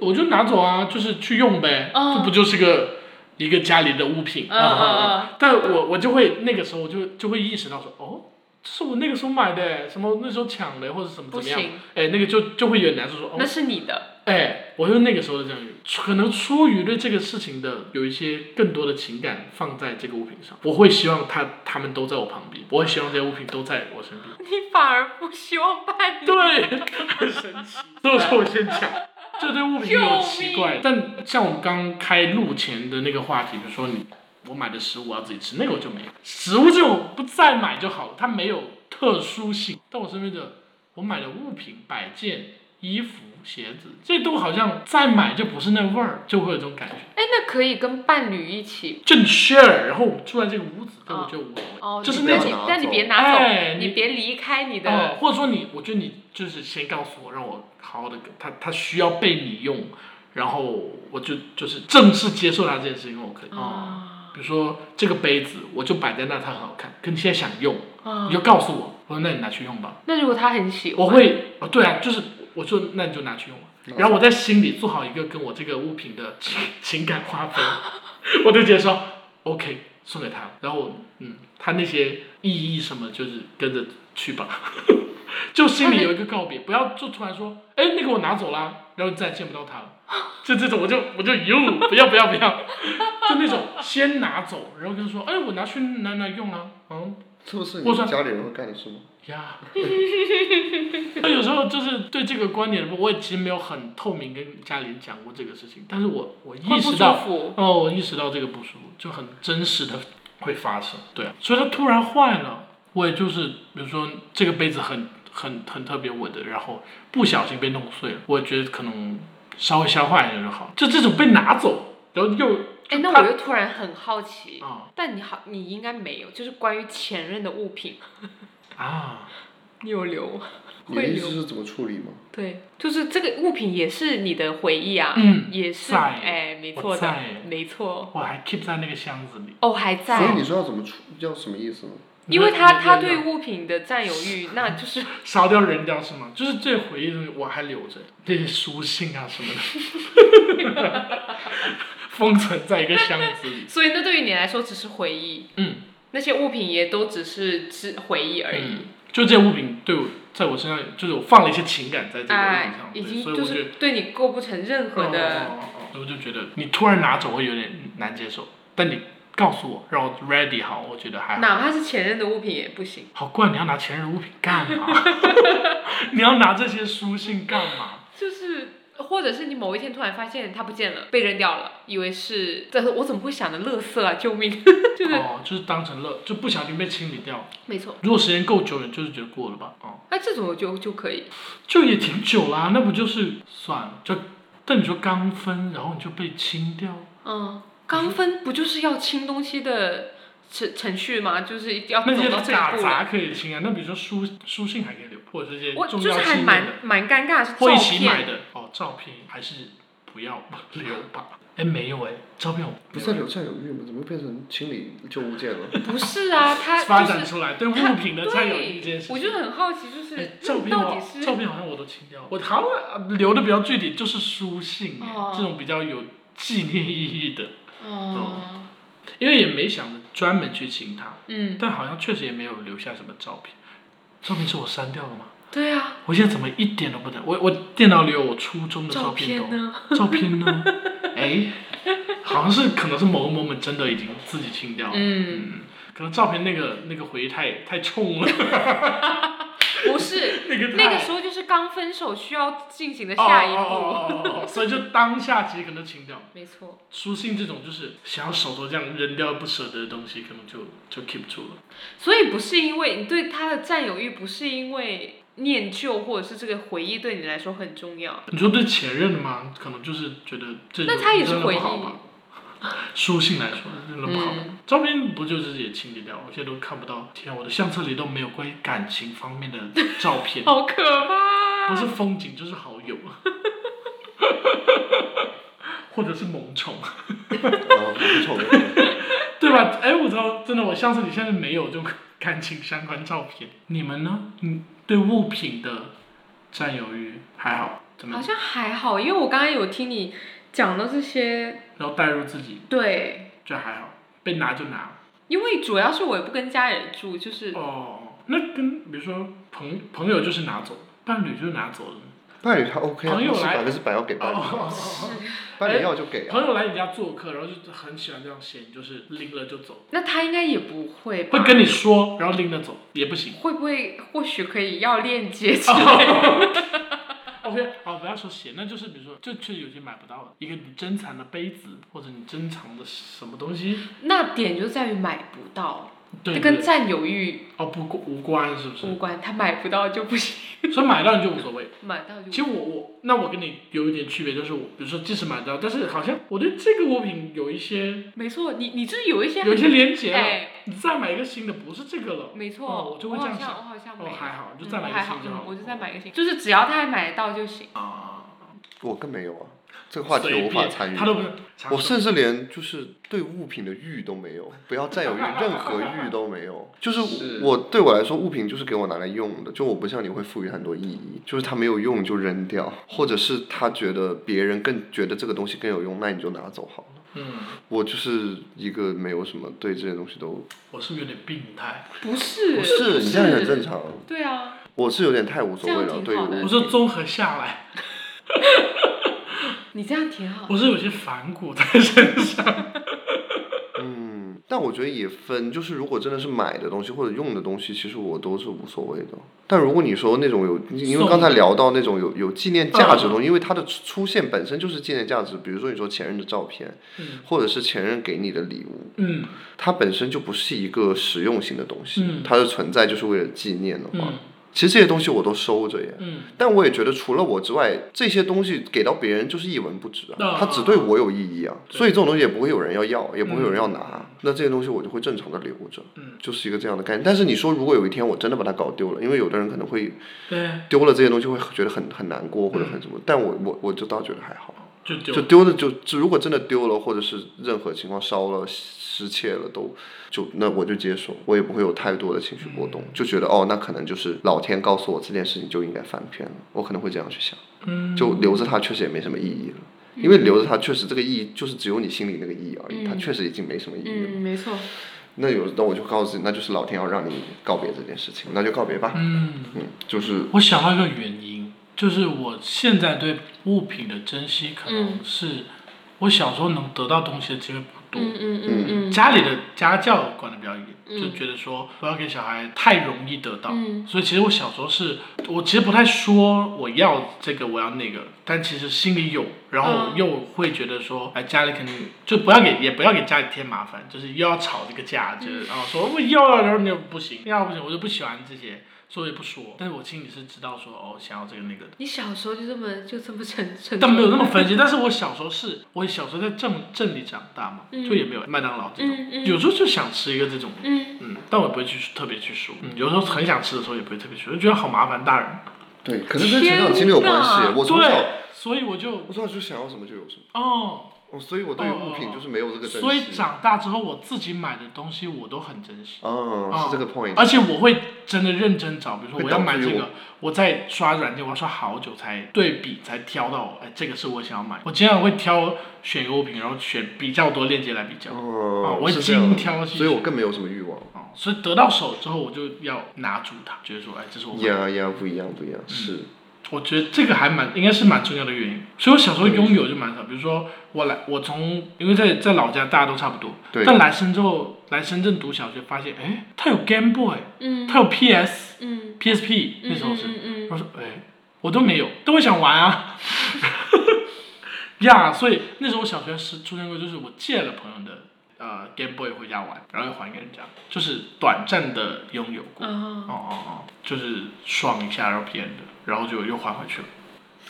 [SPEAKER 1] 我就拿走啊，就是去用呗，
[SPEAKER 2] 嗯
[SPEAKER 1] 这不就是个一个家里的物品啊
[SPEAKER 2] 嗯嗯嗯嗯
[SPEAKER 1] 但我我就会那个时候我就就会意识到说，哦，这是我那个时候买的，什么那时候抢的或者什么
[SPEAKER 2] 嗯不
[SPEAKER 1] 怎么样，
[SPEAKER 2] 行，
[SPEAKER 1] 哎，那个就就会有点难受说，哦
[SPEAKER 2] 那，是你的。
[SPEAKER 1] 哎，我就那个时候的这样，可能出于对这个事情的有一些更多的情感放在这个物品上，我会希望他他们都在我旁边，我会希望这些物品都在我身边。
[SPEAKER 2] 你反而不希望伴 侣。
[SPEAKER 1] 对，很神奇。这是我先讲，这对物品有奇怪。但像我们刚开录前的那个话题，比如说你我买的食物我要啊自己吃，那个我就没有。食物这种不再买就好了，它没有特殊性。但我身边的我买的物品、摆件、衣服、鞋子，这都好像再买就不是那味儿，就会有这种感觉。
[SPEAKER 2] 哎，那可以跟伴侣一起。
[SPEAKER 1] 就你 share，然后我们住在这个屋子，但我觉得无所谓，
[SPEAKER 2] 哦，
[SPEAKER 1] 就是
[SPEAKER 2] 你
[SPEAKER 1] 那
[SPEAKER 2] 别
[SPEAKER 1] 种
[SPEAKER 2] 你
[SPEAKER 3] 拿
[SPEAKER 2] 但你
[SPEAKER 3] 走
[SPEAKER 2] 别拿走，
[SPEAKER 1] 哎，
[SPEAKER 2] 你别离开你
[SPEAKER 1] 哦
[SPEAKER 2] 的，。
[SPEAKER 1] 或者说你，我觉得你就是先告诉我，让我好好的，他他需要被你用，然后我就就是正式接受他这件事情，我可以。哦、
[SPEAKER 2] 啊
[SPEAKER 1] 比如说这个杯子，我就摆在那，它很好看，可你现在想用，
[SPEAKER 2] 啊
[SPEAKER 1] 你就告诉我，我说那你拿去用吧。
[SPEAKER 2] 那如果他很喜欢，
[SPEAKER 1] 我会，哦，对啊，就是我说那你就拿去用吧。然后我在心里做好一个跟我这个物品的情情感划分， 我就觉得说 OK 送给他，然后嗯，他那些意义什么就是跟着去吧。 就心里有一个告别，不要就突然说，哎，那个我拿走啦，然后你再也见不到他了，就这种我就我就哟，不要不要不要， 就那种先拿走，然后跟他说，哎，我拿去拿拿用啊，嗯
[SPEAKER 3] 这不是
[SPEAKER 1] 我
[SPEAKER 3] 你
[SPEAKER 1] 说
[SPEAKER 3] 家里人会干的事吗？
[SPEAKER 1] 呀， 那有时候就是对这个观点，我也其实没有很透明跟家里人讲过这个事情，但是我我
[SPEAKER 2] 会
[SPEAKER 1] 意
[SPEAKER 2] 不
[SPEAKER 1] 识
[SPEAKER 2] 舒
[SPEAKER 1] 到，
[SPEAKER 2] 服。
[SPEAKER 1] 哦，我意识到这个不舒服，就很真实的会发生。对啊，所以它突然坏了，我也就是比如说这个杯子很很很特别我的，然后不小心被弄碎了，我觉得可能稍微消化一下就好。就这种被拿走，然后又
[SPEAKER 2] 哎，那我又突然很好奇，
[SPEAKER 1] 啊
[SPEAKER 2] 但你好，你应该没有，就是关于前任的物品，
[SPEAKER 1] 啊，
[SPEAKER 2] 你有留？
[SPEAKER 3] 你的
[SPEAKER 2] 会
[SPEAKER 3] 意思
[SPEAKER 2] 有
[SPEAKER 3] 是怎么处理吗？
[SPEAKER 2] 对，就是这个物品也是你的回忆啊，
[SPEAKER 1] 嗯
[SPEAKER 2] 也是，
[SPEAKER 1] 在
[SPEAKER 2] 哎，没
[SPEAKER 1] 我
[SPEAKER 2] 错的
[SPEAKER 1] 在，
[SPEAKER 2] 没错。
[SPEAKER 1] 我还 keep 在那个箱子里，
[SPEAKER 2] 哦，还
[SPEAKER 3] 所以
[SPEAKER 2] 在，
[SPEAKER 3] 你说要怎么处，要什么意思呢？
[SPEAKER 2] 因为他他
[SPEAKER 1] 你
[SPEAKER 2] 对
[SPEAKER 1] 要
[SPEAKER 2] 物品的占有 欲，那就是
[SPEAKER 1] 烧掉扔掉是吗？就是这回忆的东西我还留着，这些书信啊什么的，封存在一个箱子里。
[SPEAKER 2] 所以那对于你来说只是回忆，
[SPEAKER 1] 嗯，
[SPEAKER 2] 那些物品也都只是是回忆而已。
[SPEAKER 1] 嗯，就这件物品对我，在我身上就是我放了一些情感在这个物品
[SPEAKER 2] 哎
[SPEAKER 1] 上，，
[SPEAKER 2] 已
[SPEAKER 1] 对
[SPEAKER 2] 经
[SPEAKER 1] 所以我
[SPEAKER 2] 就
[SPEAKER 1] 觉得
[SPEAKER 2] 是对你构不成任何的，
[SPEAKER 1] 哦哦哦哦所以我就觉得你突然拿走我有点难接受，但你告诉我让我 ready 好，我觉得还好。
[SPEAKER 2] 哪怕是前任的物品也不行。
[SPEAKER 1] 好怪你要拿前任物品干嘛？你要拿这些书信干嘛？
[SPEAKER 2] 就是，或者是你某一天突然发现它不见了，被扔掉了，以为是，这我怎么会想着垃圾啊？ 救命！就是、
[SPEAKER 1] 哦，就是当成乐，就不小心被清理掉。
[SPEAKER 2] 没错，
[SPEAKER 1] 如果时间够久远，就是觉得过了吧。哦，
[SPEAKER 2] 那这种就就可以，
[SPEAKER 1] 就也挺久啦、那不就是算了？就但你说刚分，然后你就被清掉，
[SPEAKER 2] 嗯，刚分不就是要清东西的程程序吗？就是要
[SPEAKER 1] 那
[SPEAKER 2] 走
[SPEAKER 1] 些
[SPEAKER 2] 到这一
[SPEAKER 1] 打
[SPEAKER 2] 步了。
[SPEAKER 1] 杂可以清啊，那比如说书书信还可以留，或者这些
[SPEAKER 2] 我
[SPEAKER 1] 重
[SPEAKER 2] 就
[SPEAKER 1] 要
[SPEAKER 2] 是
[SPEAKER 1] 纪
[SPEAKER 2] 还
[SPEAKER 1] 念的，
[SPEAKER 2] 蛮蛮尴尬，是
[SPEAKER 1] 或一
[SPEAKER 2] 照
[SPEAKER 1] 起买
[SPEAKER 2] 片，
[SPEAKER 1] 的哦，照片还是不要吧，留吧。哎，没有哎，照片我
[SPEAKER 3] 不是在留占有欲吗？怎么变成清理旧物件 了？
[SPEAKER 2] 不是啊，它
[SPEAKER 1] 发
[SPEAKER 2] 就
[SPEAKER 1] 展
[SPEAKER 2] 是
[SPEAKER 1] 出来对
[SPEAKER 2] 它
[SPEAKER 1] 物品的占有欲这件事
[SPEAKER 2] 对，我就
[SPEAKER 1] 情。
[SPEAKER 2] 很好奇，就是
[SPEAKER 1] 哎
[SPEAKER 2] 那
[SPEAKER 1] 照片
[SPEAKER 2] 到底
[SPEAKER 1] 我
[SPEAKER 2] 是
[SPEAKER 1] 照片好像我都清掉了，我好像呃留的比较具体就是书信哎
[SPEAKER 2] 哦，
[SPEAKER 1] 这种比较有纪念意义的，
[SPEAKER 2] 哦，
[SPEAKER 1] 因为也没想着专门去清它，
[SPEAKER 2] 嗯，
[SPEAKER 1] 但好像确实也没有留下什么照片。照片是我删掉的吗？
[SPEAKER 2] 对啊，
[SPEAKER 1] 我现在怎么一点都不能？我我电脑里有我初中的
[SPEAKER 2] 照
[SPEAKER 1] 照片哦
[SPEAKER 2] 片
[SPEAKER 1] 都，
[SPEAKER 2] 呢？
[SPEAKER 1] 照片呢？哎，好像是可能是某个 moment 真的已经自己清掉了，
[SPEAKER 2] 嗯，
[SPEAKER 1] 可能照片那个那个回忆太太冲了，
[SPEAKER 2] 不是，
[SPEAKER 1] 那个太
[SPEAKER 2] 那个时候就是刚分手需要进行的下一步，
[SPEAKER 1] 哦哦哦哦哦哦所以就当下其实可能就清掉了。
[SPEAKER 2] 没错。
[SPEAKER 1] 书信这种就是想要手头这样扔掉不舍得的东西，可能就就 keep 住了。
[SPEAKER 2] 所以不是因为你对他的占有欲，不是因为念旧或者是这个回忆对你来说很重要，
[SPEAKER 1] 你说对前任的吗？可能就是觉得这
[SPEAKER 2] 那他也是
[SPEAKER 1] 扔了
[SPEAKER 2] 回
[SPEAKER 1] 不好
[SPEAKER 2] 忆
[SPEAKER 1] 吧。。书信来说，真的不好。
[SPEAKER 2] 嗯
[SPEAKER 1] 照片不就是也清理掉？我现在都看不到。天啊，我的相册里都没有关于感情方面的照 片，
[SPEAKER 2] 好可
[SPEAKER 1] 不
[SPEAKER 2] 怕！
[SPEAKER 1] 是风景就是好友，啊或者是萌宠，
[SPEAKER 3] 啊，我不丑的。
[SPEAKER 1] 对吧？哎，我操，真的，我相册里现在没有这种感情相关照片。你们呢？你对物品的占有欲还好？怎么
[SPEAKER 2] 好
[SPEAKER 1] 样？
[SPEAKER 2] 像还好，因为我刚刚有听你讲到这些，
[SPEAKER 1] 然后带入自己
[SPEAKER 2] 对，
[SPEAKER 1] 就还好，被拿就拿。
[SPEAKER 2] 因为主要是我也不跟家人住，就是
[SPEAKER 1] 哦，那跟比如说朋朋友就是拿走，伴侣就是拿走的。
[SPEAKER 3] 伴侣他 OK 啊，
[SPEAKER 1] 朋友
[SPEAKER 3] 不是
[SPEAKER 1] 来
[SPEAKER 3] 百分之百要给伴侣，伴侣要就给啊。
[SPEAKER 1] 朋友来你家做客，然后就很喜欢这样闲，就是拎了就走，
[SPEAKER 2] 那他应该也不会吧
[SPEAKER 1] 会跟你说，然后拎了走也不行。
[SPEAKER 2] 会不会或许可以要 链接起
[SPEAKER 1] 哦
[SPEAKER 2] 来？
[SPEAKER 1] OK，好，哦不要说闲，那就是比如说，就确实有些买不到的，一个你珍藏的杯子，或者你珍藏的什么东西，
[SPEAKER 2] 那点就在于买不到，
[SPEAKER 1] 对
[SPEAKER 2] 这
[SPEAKER 1] 对
[SPEAKER 2] 跟嗯
[SPEAKER 1] 对
[SPEAKER 2] 占有欲
[SPEAKER 1] 哦不过无关是不
[SPEAKER 2] 无
[SPEAKER 1] 是？
[SPEAKER 2] 关，他买不到就 不行，
[SPEAKER 1] 所以买到你就无所谓。
[SPEAKER 2] 买到就
[SPEAKER 1] 其实我我那我跟你有一点区别，就是我比如说即使买到，但是好像我对这个物品有一些
[SPEAKER 2] 没错，你你就是有一些
[SPEAKER 1] 有一些连结了，
[SPEAKER 2] 哎，
[SPEAKER 1] 你再买一个新的不是这个了，
[SPEAKER 2] 没错，
[SPEAKER 1] 哦我就会这
[SPEAKER 2] 好
[SPEAKER 1] 样
[SPEAKER 2] 像
[SPEAKER 1] 想
[SPEAKER 2] 我好像没
[SPEAKER 1] 哦
[SPEAKER 2] 有，
[SPEAKER 1] 还好，就
[SPEAKER 2] 嗯
[SPEAKER 1] 再买一个
[SPEAKER 2] 还好
[SPEAKER 1] 新就
[SPEAKER 2] 嗯
[SPEAKER 1] 好了。哦
[SPEAKER 2] 我就再买一个新，就是只要他还买得到就行。
[SPEAKER 1] 啊。
[SPEAKER 3] 我更没有啊，这个话题
[SPEAKER 1] 随
[SPEAKER 3] 我无法
[SPEAKER 1] 便
[SPEAKER 3] 参与
[SPEAKER 1] 他。都不是，
[SPEAKER 3] 我甚至连就是对物品的欲都没有，不要 占有欲，任何欲都没有。就是
[SPEAKER 1] 是
[SPEAKER 3] 我对我来说，物品就是给我拿来用的，就我不像你会赋予很多意义，就是它没有用就扔掉，或者是他觉得别人更觉得这个东西更有用，那你就拿走好了。
[SPEAKER 1] 嗯，
[SPEAKER 3] 我就是一个没有什么对这些东西都
[SPEAKER 1] 我是不是有点病态？
[SPEAKER 2] 不是，
[SPEAKER 3] 不是，你这样也很正常。
[SPEAKER 2] 对啊，
[SPEAKER 3] 我是有点太无所谓
[SPEAKER 2] 这
[SPEAKER 3] 了，
[SPEAKER 2] 样挺
[SPEAKER 3] 对于
[SPEAKER 2] 好的
[SPEAKER 1] 我
[SPEAKER 3] 我
[SPEAKER 1] 说综合下来，
[SPEAKER 2] 你这样挺好。
[SPEAKER 1] 我是有些反骨在身上。
[SPEAKER 3] 嗯，但我觉得也分，就是如果真的是买的东西或者用的东西，其实我都是无所谓的。但如果你说那种有，因为
[SPEAKER 1] 送嗯
[SPEAKER 3] 刚才聊到那种有有纪念价值的东西，因为它的出现本身就是纪念价值，比如说你说前任的照片，
[SPEAKER 1] 嗯
[SPEAKER 3] 或者是前任给你的礼物，
[SPEAKER 1] 嗯
[SPEAKER 3] 它本身就不是一个实用性的东西，
[SPEAKER 1] 嗯
[SPEAKER 3] 它的存在就是为了纪念的话，
[SPEAKER 1] 嗯
[SPEAKER 3] 其实这些东西我都收着耶。
[SPEAKER 1] 嗯，
[SPEAKER 3] 但我也觉得，除了我之外，这些东西给到别人就是一文不值啊
[SPEAKER 1] 啊，
[SPEAKER 3] 它只对我有意义啊，
[SPEAKER 1] 对
[SPEAKER 3] 所以这种东西也不会有人要要，也不会有人要拿。啊那这些东西我就会正常的留着
[SPEAKER 1] 嗯，
[SPEAKER 3] 就是一个这样的概念。但是你说，如果有一天我真的把它搞丢了，因为有的人可能会
[SPEAKER 1] 嗯对，
[SPEAKER 3] 丢了这些东西会觉得很很难过
[SPEAKER 1] 嗯
[SPEAKER 3] 或者很什么，但我我我就倒觉得还好，
[SPEAKER 1] 就丢
[SPEAKER 3] 就丢的就就如果真的丢了，或者是任何情况烧了、失窃了都。就那我就接受，我也不会有太多的情绪波动，
[SPEAKER 1] 嗯
[SPEAKER 3] 就觉得哦，那可能就是老天告诉我这件事情就应该翻篇了，我可能会这样去想。
[SPEAKER 1] 嗯
[SPEAKER 3] 就留着它确实也没什么意义了，因为留着它确实这个意义就是只有你心里那个意义而已，它
[SPEAKER 2] 嗯
[SPEAKER 3] 确实已经没什么意义了。
[SPEAKER 2] 嗯，没错。
[SPEAKER 3] 那有那我就告诉自己，那就是老天要让你告别这件事情，那就告别吧。
[SPEAKER 1] 嗯，
[SPEAKER 3] 嗯，就是
[SPEAKER 1] 我想到一个原因，就是我现在对物品的珍惜，可能是我小时候能得到东西的机会不多。
[SPEAKER 2] 嗯嗯嗯嗯。
[SPEAKER 1] 家里的家教管的比较严，
[SPEAKER 2] 嗯
[SPEAKER 1] 就觉得说不要给小孩太容易得到，
[SPEAKER 2] 嗯
[SPEAKER 1] 所以其实我小时候是，我其实不太说我要这个我要那个，但其实心里有，然后
[SPEAKER 2] 嗯
[SPEAKER 1] 又会觉得说，哎，家里肯定就不要给也不要给家里添麻烦，就是又要吵这个架，
[SPEAKER 2] 嗯
[SPEAKER 1] 就是然后说我要，然后你又不行，要不行，我就不喜欢这些，所以我也不说，但是我心里是知道说哦，想要这个那个的。
[SPEAKER 2] 你小时候就这么就这么成成。
[SPEAKER 1] 但没有那么 分析，但是我小时候是，我小时候在镇镇里长大嘛，
[SPEAKER 2] 嗯
[SPEAKER 1] 就也没有麦当劳这种，
[SPEAKER 2] 嗯嗯
[SPEAKER 1] 有时候就想吃一个这种
[SPEAKER 2] 嗯，
[SPEAKER 1] 嗯，但我也不会去特别去数。嗯，有时候很想吃的时候也不会特别去，我就觉得好麻烦大人。
[SPEAKER 3] 对，可能跟成长经历有关
[SPEAKER 2] 天
[SPEAKER 3] 系。
[SPEAKER 2] 哪
[SPEAKER 3] 我从
[SPEAKER 1] 对
[SPEAKER 3] 小，
[SPEAKER 1] 所以我就
[SPEAKER 3] 我从小就想要什么就有什么，
[SPEAKER 1] 哦，
[SPEAKER 3] 哦，所以我对于物品就是没有这个珍惜。
[SPEAKER 1] 所以长大之后我自己买的东西我都很珍惜，
[SPEAKER 3] 嗯，
[SPEAKER 1] 哦
[SPEAKER 3] 是这个 point。
[SPEAKER 1] 而且我会真的认真找，比如说
[SPEAKER 3] 会
[SPEAKER 1] 我要
[SPEAKER 3] 导
[SPEAKER 1] 买
[SPEAKER 3] 致
[SPEAKER 1] 这
[SPEAKER 3] 于
[SPEAKER 1] 个，我在刷软件，我要刷好久才对比才挑到我，哎，这个是我想要买。我经常会挑选一个物品，然后选比较多链接来比较。哦
[SPEAKER 3] 哦，
[SPEAKER 1] 我
[SPEAKER 3] 是这样
[SPEAKER 1] 精
[SPEAKER 3] 的
[SPEAKER 1] 挑细
[SPEAKER 3] 所以我
[SPEAKER 1] 选
[SPEAKER 3] 更没有什么欲望。
[SPEAKER 1] 哦，所以得到手之后我就要拿住它，觉得说，哎，这是我买的
[SPEAKER 3] 呀呀，不一样，不一样，
[SPEAKER 1] 嗯
[SPEAKER 3] 是。
[SPEAKER 1] 我觉得这个还蛮，应该是蛮重要的原因。所以我小时候拥有就蛮少，比如说我来，我从因为在在老家大家都差不多，
[SPEAKER 3] 对
[SPEAKER 1] 但来深圳之后，来深圳读小学发现，哎，他有 Game Boy，
[SPEAKER 2] 嗯
[SPEAKER 1] 他有 PS、
[SPEAKER 2] 嗯
[SPEAKER 1] PSP，
[SPEAKER 2] 嗯
[SPEAKER 1] 那时候是，
[SPEAKER 2] 嗯
[SPEAKER 1] 我说哎，我都没有，但我想玩啊。 呀所以那时候我小学时出现过，就是我借了朋友的呃 Game Boy 回家玩，然后又还给人家，就是短暂的拥有过。
[SPEAKER 2] 嗯。
[SPEAKER 1] 哦哦
[SPEAKER 2] 啊，
[SPEAKER 1] 哦，就是爽一下，然后骗的，然后就又还回去了。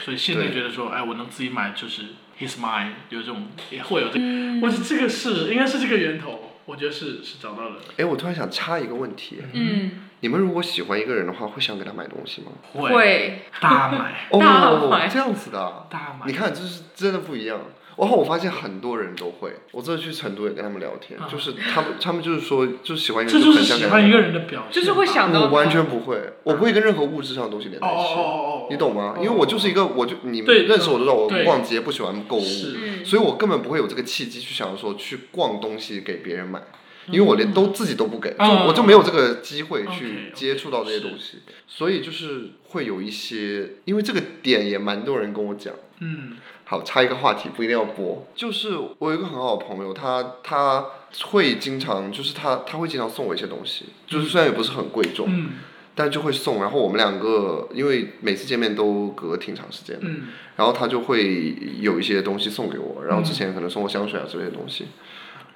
[SPEAKER 1] 所以现在
[SPEAKER 3] 对
[SPEAKER 1] 觉得说，哎，我能自己买就是 his mine，有这种也会有这个，
[SPEAKER 2] 嗯
[SPEAKER 1] 我觉得这个是应该是这个源头，我觉得是是找到了。
[SPEAKER 3] 哎，我突然想插一个问题，
[SPEAKER 2] 嗯，
[SPEAKER 3] 你们如果喜欢一个人的话，会想给他买东西吗？
[SPEAKER 2] 会
[SPEAKER 1] 大买
[SPEAKER 2] 大
[SPEAKER 3] 哦
[SPEAKER 2] 买，
[SPEAKER 3] 这样子的啊，
[SPEAKER 1] 大买，
[SPEAKER 3] 你看，这是真的不一样。然后我发现很多人都会，我这次去成都也跟他们聊天，
[SPEAKER 1] 啊
[SPEAKER 3] 就是他们，他们就是说，就喜欢一个
[SPEAKER 1] 这
[SPEAKER 3] 人，
[SPEAKER 1] 就是
[SPEAKER 3] 很想
[SPEAKER 1] 喜
[SPEAKER 3] 给他
[SPEAKER 1] 欢一
[SPEAKER 3] 买
[SPEAKER 1] 个人的表现吧，
[SPEAKER 2] 就是会想到
[SPEAKER 3] 我
[SPEAKER 2] 他
[SPEAKER 3] 完全不会，我不会跟任何物质上的东西连
[SPEAKER 1] 哦
[SPEAKER 3] 在一
[SPEAKER 1] 哦
[SPEAKER 3] 起，
[SPEAKER 1] 哦哦哦，
[SPEAKER 3] 你懂吗？因为我就是一个，我就你
[SPEAKER 1] 对
[SPEAKER 3] 认识我都知道，我
[SPEAKER 1] 对
[SPEAKER 3] 逛街不喜欢购物，
[SPEAKER 1] 是
[SPEAKER 2] 嗯
[SPEAKER 3] 所以我根本不会有这个契机去想说去逛东西给别人买，
[SPEAKER 2] 嗯
[SPEAKER 3] 因为我连都自己都不给，就
[SPEAKER 1] 啊
[SPEAKER 3] 我就没有这个机会
[SPEAKER 1] OK，OK，
[SPEAKER 3] 去接触到这些东西，所以就是会有一些，因为这个点也蛮多人跟我讲。
[SPEAKER 1] 嗯
[SPEAKER 3] 好，插一个话题，不一定要播。就是我有一个很好的朋友，他他会经常，就是他他会经常送我一些东西，就是虽然也不是很贵重，
[SPEAKER 1] 嗯
[SPEAKER 3] 但就会送。然后我们两个因为每次见面都隔挺长时间的，
[SPEAKER 1] 嗯
[SPEAKER 3] 然后他就会有一些东西送给我，然后之
[SPEAKER 1] 嗯
[SPEAKER 3] 前可能送我香水啊之类的东西，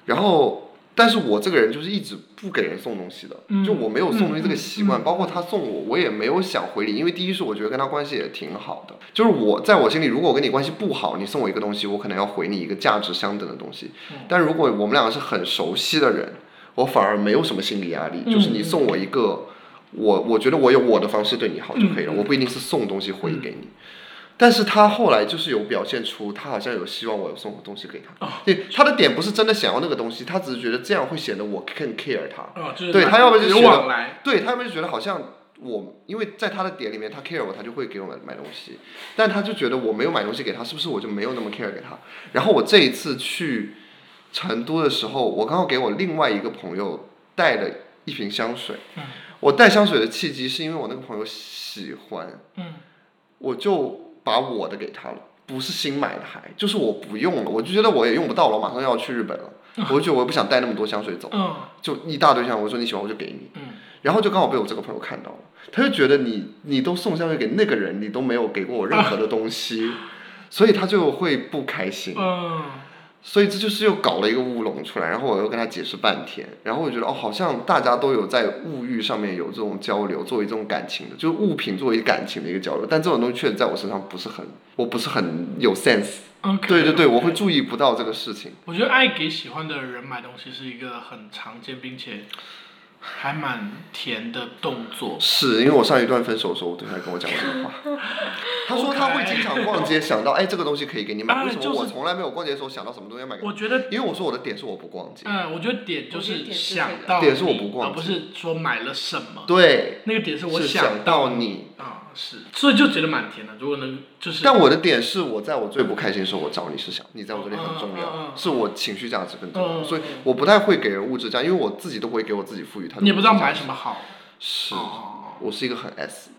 [SPEAKER 3] 然后但是我这个人就是一直不给人送东西的，
[SPEAKER 1] 嗯
[SPEAKER 3] 就我没有送东西这个习惯，
[SPEAKER 1] 嗯嗯嗯
[SPEAKER 3] 包括他送我，我也没有想回礼，因为第一是我觉得跟他关系也挺好的，就是我在我心里，如果我跟你关系不好，你送我一个东西，我可能要回你一个价值相等的东西
[SPEAKER 1] 嗯，
[SPEAKER 3] 但如果我们两个是很熟悉的人，我反而没有什么心理压力，
[SPEAKER 1] 嗯
[SPEAKER 3] 就是你送我一个。我我觉得我有我的方式对你好就可以了，
[SPEAKER 1] 嗯嗯
[SPEAKER 3] 我不一定是送东西回给你。但是他后来就是有表现出，他好像有希望我有送东西给他。对，他的点不是真的想要那个东西，他只是觉得这样会显得我更 care 他。
[SPEAKER 1] 哦，就是
[SPEAKER 3] 对他要不然就
[SPEAKER 1] 有
[SPEAKER 3] 觉得
[SPEAKER 1] 往来，
[SPEAKER 3] 对他们就觉得好像我，因为在他的点里面，他 care 我，他就会给我买买东西。但他就觉得我没有买东西给他，是不是我就没有那么 care 给他？然后我这一次去成都的时候，我刚好给我另外一个朋友带了一瓶香水。
[SPEAKER 1] 嗯
[SPEAKER 3] 我带香水的契机是因为我那个朋友喜欢，
[SPEAKER 1] 嗯
[SPEAKER 3] 我就把我的给他了，不是新买的还，就是我不用了，我就觉得我也用不到了，我马上要去日本了，我就觉得我也不想带那么多香水走，
[SPEAKER 1] 嗯
[SPEAKER 3] 就一大堆香水，我说你喜欢我就给你，
[SPEAKER 1] 嗯
[SPEAKER 3] 然后就刚好被我这个朋友看到了，他就觉得你你都送香水给那个人，你都没有给过我任何的东西， 所以他就会不开心。
[SPEAKER 1] 嗯
[SPEAKER 3] 所以这就是又搞了一个乌龙出来，然后我又跟他解释半天，然后我觉得哦，好像大家都有在物欲上面有这种交流，作为这种感情的，就是物品作为感情的一个交流，但这种东西确实在我身上不是很，我不是很有 sense，
[SPEAKER 1] ，OK。
[SPEAKER 3] 对对对，我会注意不到这个事情，
[SPEAKER 1] 我觉得爱给喜欢的人买东西是一个很常见并且还蛮甜的动作。
[SPEAKER 3] 是因为我上一段分手的时候，我对象跟我讲过这 个话，他说他会经常逛街想到，哎，这个东西可以给你买，
[SPEAKER 1] 哎
[SPEAKER 3] 为什
[SPEAKER 1] 就
[SPEAKER 3] 么
[SPEAKER 1] 是
[SPEAKER 3] 我从来没有逛街的时候想到什么东西要买给你
[SPEAKER 1] 我？觉得，
[SPEAKER 3] 因为我说我的点是我不逛街，
[SPEAKER 1] 嗯，我觉得点就
[SPEAKER 2] 我觉得
[SPEAKER 1] 是
[SPEAKER 2] 点是
[SPEAKER 1] 想到
[SPEAKER 3] 点是我
[SPEAKER 1] 你
[SPEAKER 3] 不逛
[SPEAKER 1] 而不是说买了什么。
[SPEAKER 3] 对，
[SPEAKER 1] 那个点是我
[SPEAKER 3] 是
[SPEAKER 1] 想
[SPEAKER 3] 想
[SPEAKER 1] 到
[SPEAKER 3] 到你。
[SPEAKER 1] 啊，是，所以就觉得蛮甜的。如果能就是，
[SPEAKER 3] 但我的点是我在我最不开心的时候，我找你是想你在我这里很重
[SPEAKER 1] 嗯嗯嗯
[SPEAKER 3] 要，
[SPEAKER 1] 嗯
[SPEAKER 3] 是我情绪价值更重
[SPEAKER 1] 嗯嗯
[SPEAKER 3] 要，
[SPEAKER 1] 嗯
[SPEAKER 3] 所以我不太会给人物质价，因为我自己都不会给我自己赋予太多。
[SPEAKER 1] 你也不知道买什么好。
[SPEAKER 3] 是，
[SPEAKER 1] 哦
[SPEAKER 3] 我是一个很 S。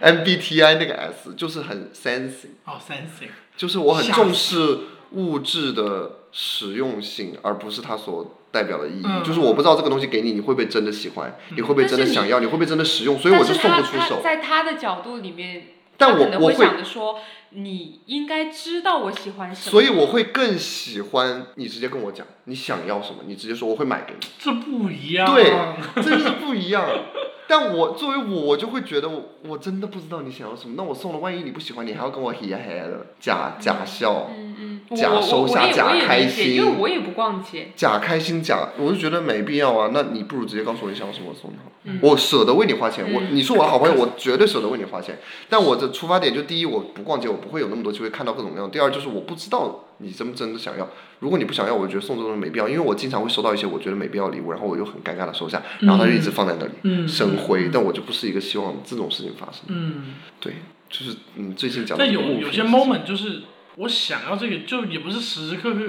[SPEAKER 3] MBTI 那个 S 就是很 sensing，
[SPEAKER 1] 哦哦，sensing，
[SPEAKER 3] 就是我很重视物质的实用性，而不是它所代表的意义。
[SPEAKER 1] 嗯
[SPEAKER 3] 就是我不知道这个东西给你，你会不会真的喜欢，
[SPEAKER 2] 嗯
[SPEAKER 3] 你会不会真的想要，你会不会真的实用，所以我
[SPEAKER 2] 但
[SPEAKER 3] 就是送
[SPEAKER 2] 他
[SPEAKER 3] 不出
[SPEAKER 2] 他
[SPEAKER 3] 手。
[SPEAKER 2] 在他的角度里面，
[SPEAKER 3] 但
[SPEAKER 2] 他
[SPEAKER 3] 我
[SPEAKER 2] 可能
[SPEAKER 3] 我
[SPEAKER 2] 会
[SPEAKER 3] 会
[SPEAKER 2] 想着说，你应该知道我喜欢什么，
[SPEAKER 3] 所以我会更喜欢你直接跟我讲你想要什么，你直接说我会买给你，
[SPEAKER 1] 这不一样。
[SPEAKER 3] 对这就是不一 样。但我作为我，我就会觉得我我真的不知道你想要什么，那我送了，万一你不喜欢，你还要跟我嘿呀嘿呀的假假笑、
[SPEAKER 2] 嗯嗯，我
[SPEAKER 3] 假
[SPEAKER 2] 我
[SPEAKER 3] 收
[SPEAKER 2] 我
[SPEAKER 3] 下
[SPEAKER 2] 也
[SPEAKER 3] 假
[SPEAKER 2] 我也
[SPEAKER 3] 开
[SPEAKER 2] 理解，
[SPEAKER 3] 心
[SPEAKER 2] 因为我也不逛街，
[SPEAKER 3] 假开心、假，我就觉得没必要啊。那你不如直接告诉我你想要什么，我送你好了。
[SPEAKER 2] 嗯
[SPEAKER 3] 我舍得为你花钱，我
[SPEAKER 2] 嗯
[SPEAKER 3] 你是我的好朋友，我绝对舍得为你花钱。但我的出发点就第一，我不逛街，我不会有那么多机会看到各种各样的；第二，就是我不知道你真不真的想要。如果你不想要，我觉得送这种东西没必要，因为我经常会收到一些我觉得没必要的礼物，然后我又很尴尬的收下，然后它就一直放在那里、
[SPEAKER 1] 嗯，
[SPEAKER 3] 生灰。但我就不是一个希望这种事情发生。
[SPEAKER 1] 嗯，
[SPEAKER 3] 对，就是嗯，最近讲的
[SPEAKER 1] 但
[SPEAKER 3] 这个
[SPEAKER 1] 有
[SPEAKER 3] 物品
[SPEAKER 1] 有些 moment 就是我想要这个，就也不是时时刻刻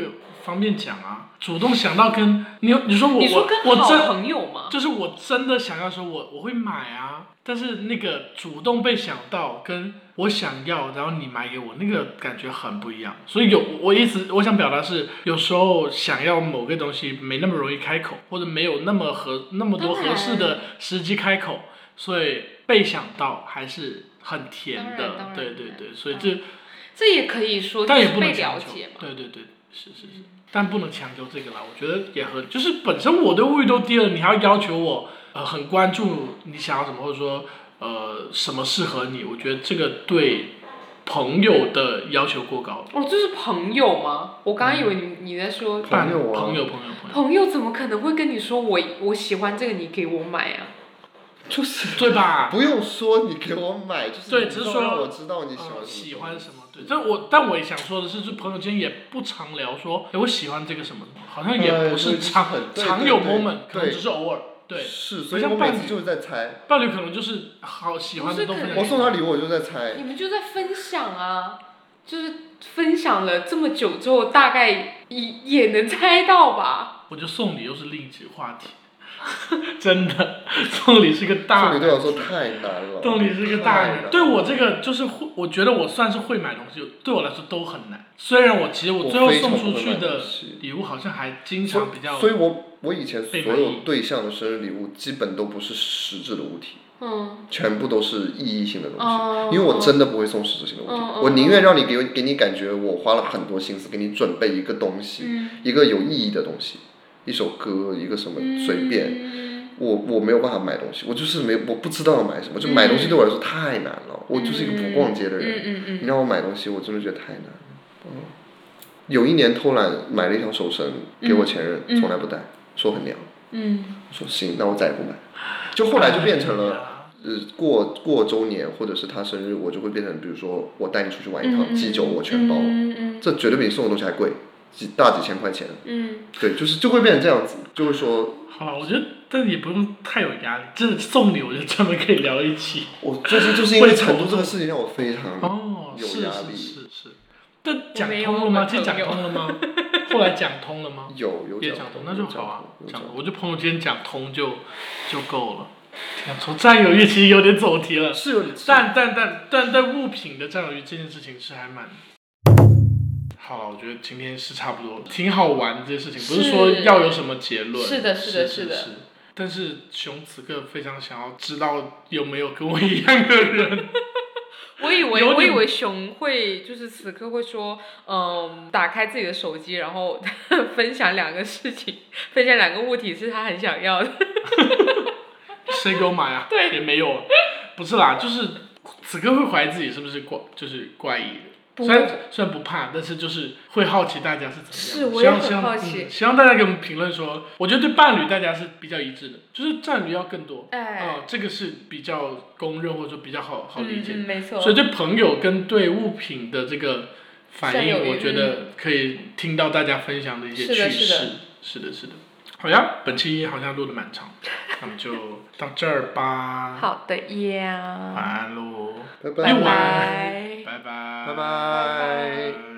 [SPEAKER 1] 方便讲啊。主动想到跟你有，你说我
[SPEAKER 2] 你说
[SPEAKER 1] 我
[SPEAKER 2] 跟
[SPEAKER 1] 我
[SPEAKER 2] 好
[SPEAKER 1] 真
[SPEAKER 2] 朋友嘛，
[SPEAKER 1] 就是我真的想要的时候，我我会买啊。但是那个主动被想到，跟我想要，然后你买给我，那个感觉很不一样。所以有我意思，我想表达是，有时候想要某个东西没那么容易开口，或者没有那么合那么多
[SPEAKER 2] 当然
[SPEAKER 1] 合适的时机开口，所以被想到还是很甜
[SPEAKER 2] 当然当
[SPEAKER 1] 的。
[SPEAKER 2] 然
[SPEAKER 1] 对对对，所以
[SPEAKER 2] 当
[SPEAKER 1] 这、
[SPEAKER 2] 这也可以说就
[SPEAKER 1] 但也
[SPEAKER 2] 是
[SPEAKER 1] 不
[SPEAKER 2] 被
[SPEAKER 1] 能强
[SPEAKER 2] 了
[SPEAKER 1] 求
[SPEAKER 2] 解嘛。
[SPEAKER 1] 对
[SPEAKER 2] 嗯
[SPEAKER 1] 对对，是是是，但不能强求这个啦。我觉得也合，就是本身我对物欲都低了，你还要要求我呃很关注你想要什么，或者说呃什么适合你，我觉得这个对朋友的要求过高。
[SPEAKER 2] 哦，这是朋友吗？我刚刚
[SPEAKER 3] 嗯
[SPEAKER 2] 以为你你在说
[SPEAKER 3] 朋友啊
[SPEAKER 1] 朋友朋友 朋友，
[SPEAKER 2] 朋友怎么可能会跟你说我我喜欢这个，你给我买啊？
[SPEAKER 3] 就是
[SPEAKER 1] 对吧？嗯
[SPEAKER 3] 不用说你给我买，就是
[SPEAKER 1] 对
[SPEAKER 3] 你
[SPEAKER 1] 只是
[SPEAKER 3] 知道
[SPEAKER 1] 说
[SPEAKER 3] 让我知道你喜欢
[SPEAKER 1] 呃
[SPEAKER 3] 什么东西、
[SPEAKER 1] 喜欢什么？对，但我但我也想说的是，就朋友间也不常聊说，哎，我喜欢这个什么，好像也不
[SPEAKER 3] 哎
[SPEAKER 1] 是
[SPEAKER 3] 对
[SPEAKER 1] 常
[SPEAKER 3] 就是很对
[SPEAKER 1] 常有
[SPEAKER 3] 对对
[SPEAKER 1] moment，可能
[SPEAKER 3] 对
[SPEAKER 1] 只是偶尔。对，
[SPEAKER 3] 是，
[SPEAKER 1] 不
[SPEAKER 3] 所以
[SPEAKER 1] 像
[SPEAKER 3] 我
[SPEAKER 1] 伴
[SPEAKER 3] 每
[SPEAKER 1] 侣
[SPEAKER 3] 次就是在猜。
[SPEAKER 1] 伴侣可能就是好喜欢的
[SPEAKER 2] 不
[SPEAKER 1] 都
[SPEAKER 2] 是可
[SPEAKER 1] 分享
[SPEAKER 2] 能
[SPEAKER 3] 我
[SPEAKER 1] 给
[SPEAKER 3] 送他礼物，我就在猜。
[SPEAKER 2] 你们就在分享啊，就是分享了这么久之后，大概也也能猜到吧？
[SPEAKER 1] 我觉得送礼又是另一集话题， 真的，送礼是个大
[SPEAKER 3] 送礼，对我来说太难了。
[SPEAKER 1] 送礼是个大
[SPEAKER 3] 太难了
[SPEAKER 1] 对我这个就是会，我觉得我算是会买东西，对我来说都很难。虽然我其实我最后
[SPEAKER 3] 我非常
[SPEAKER 1] 送
[SPEAKER 3] 不
[SPEAKER 1] 出
[SPEAKER 3] 会
[SPEAKER 1] 去
[SPEAKER 3] 买
[SPEAKER 1] 的
[SPEAKER 3] 东西
[SPEAKER 1] 礼物好像还经
[SPEAKER 3] 所
[SPEAKER 1] 常比较
[SPEAKER 3] 以，所以我我以前所
[SPEAKER 1] 被满意
[SPEAKER 3] 有对象的生日礼物基本都不是实质的物体，
[SPEAKER 1] 哦
[SPEAKER 2] 嗯，
[SPEAKER 3] 全部都是意义性的东西。
[SPEAKER 2] 哦
[SPEAKER 3] 因为我真的不会送实质性的物体，
[SPEAKER 1] 哦
[SPEAKER 2] 嗯嗯
[SPEAKER 3] 我宁愿让你给我给你感觉我花了很多心思给你准备一个东西，
[SPEAKER 2] 嗯
[SPEAKER 3] 一个有意义的东西，一首歌，一个什么
[SPEAKER 1] 嗯
[SPEAKER 3] 随便。
[SPEAKER 2] 嗯
[SPEAKER 3] 我我没有办法买东西，我就是没我不知道买什么，就买东
[SPEAKER 1] 嗯
[SPEAKER 3] 西对我来说太难了。我就是一个不逛街的人，
[SPEAKER 2] 嗯嗯
[SPEAKER 3] 你
[SPEAKER 2] 嗯
[SPEAKER 3] 让我买东西，我真的觉得太难了。嗯，有一年偷懒买了一条手绳给我前任，
[SPEAKER 2] 嗯
[SPEAKER 3] 从来不戴，说很凉。
[SPEAKER 2] 嗯，
[SPEAKER 3] 我说行，那我再也不买。就后来就变成
[SPEAKER 2] 啊
[SPEAKER 3] 了，呃，过过周年或者是他生日，我就会变成，比如说我带你出去玩一趟，鸡酒我全包，
[SPEAKER 2] 嗯嗯
[SPEAKER 3] 这绝对比你送的东西还贵，几大几千块钱。
[SPEAKER 2] 嗯，
[SPEAKER 3] 对，就是就会变成这样子，就会说，
[SPEAKER 1] 哎呀。好了，我觉得但也不用太有压力，真的送礼我觉得专门可以聊一期。
[SPEAKER 3] 我最近就是因为
[SPEAKER 1] 会头
[SPEAKER 3] 成都
[SPEAKER 1] 痛
[SPEAKER 3] 这个事情让我非常
[SPEAKER 1] 哦，
[SPEAKER 3] 有
[SPEAKER 1] 是
[SPEAKER 3] 压
[SPEAKER 1] 是
[SPEAKER 3] 力
[SPEAKER 1] 是是，但
[SPEAKER 2] 我
[SPEAKER 1] 讲
[SPEAKER 2] 没有
[SPEAKER 1] 通了
[SPEAKER 2] 我
[SPEAKER 1] 吗？
[SPEAKER 2] 朋
[SPEAKER 1] 这讲
[SPEAKER 2] 友
[SPEAKER 1] 通了吗？后来讲通了吗？
[SPEAKER 3] 有有
[SPEAKER 1] 也
[SPEAKER 3] 讲
[SPEAKER 1] 讲
[SPEAKER 3] 过
[SPEAKER 1] 通，那就
[SPEAKER 3] 有讲
[SPEAKER 1] 好啊
[SPEAKER 3] 过。有
[SPEAKER 1] 讲
[SPEAKER 3] 讲
[SPEAKER 1] 通，我就朋友间讲通就就够了。天啊从占有欲其实有点走题了，
[SPEAKER 3] 是有点
[SPEAKER 1] 但但但但对物品的占有欲这件事情是还蛮。好了，我觉得今天是差不多了，挺好玩这件事情，不是
[SPEAKER 2] 是
[SPEAKER 1] 说要有什么结论。
[SPEAKER 2] 是的是的
[SPEAKER 1] 是
[SPEAKER 2] 是的
[SPEAKER 1] 但是熊此刻非常想要知道有没有跟我一样的人，
[SPEAKER 2] 我以为
[SPEAKER 1] 有点
[SPEAKER 2] 我以为熊会就是此刻会说，嗯，打开自己的手机，然后 分享两个事情，分享两个物体是他很想要的。
[SPEAKER 1] 谁给我买 啊？对，也没有啊，不是啦，就是此刻会怀疑自己是不是怪，就是怪异的。
[SPEAKER 2] 不
[SPEAKER 1] 虽然虽然不怕，但是就是会好奇大家是怎
[SPEAKER 2] 是
[SPEAKER 1] 么样的。
[SPEAKER 2] 我
[SPEAKER 1] 希望
[SPEAKER 2] 也很
[SPEAKER 1] 希望
[SPEAKER 2] 好奇
[SPEAKER 1] 嗯希望大家给我们评论说，我觉得对伴侣大家是比较一致的，就是占有要更多。啊、
[SPEAKER 2] 哎，
[SPEAKER 1] 这个是比较公认或者说比较好好理
[SPEAKER 2] 嗯
[SPEAKER 1] 解。
[SPEAKER 2] 嗯，没错。
[SPEAKER 1] 所以对朋友跟对物品的这个反
[SPEAKER 2] 占
[SPEAKER 1] 应，
[SPEAKER 2] 有欲嗯
[SPEAKER 1] 我觉得可以听到大家分享的一些
[SPEAKER 2] 是的
[SPEAKER 1] 趣事。
[SPEAKER 2] 是的
[SPEAKER 1] 是的，是的。好呀，本期好像录的蛮长，那我们就到这儿吧。，
[SPEAKER 2] 好的呀，
[SPEAKER 1] 晚安喽，
[SPEAKER 3] 拜
[SPEAKER 1] 哎
[SPEAKER 2] 拜
[SPEAKER 1] 我
[SPEAKER 3] 拜
[SPEAKER 2] 拜。
[SPEAKER 1] 拜拜，
[SPEAKER 3] 拜拜
[SPEAKER 1] 拜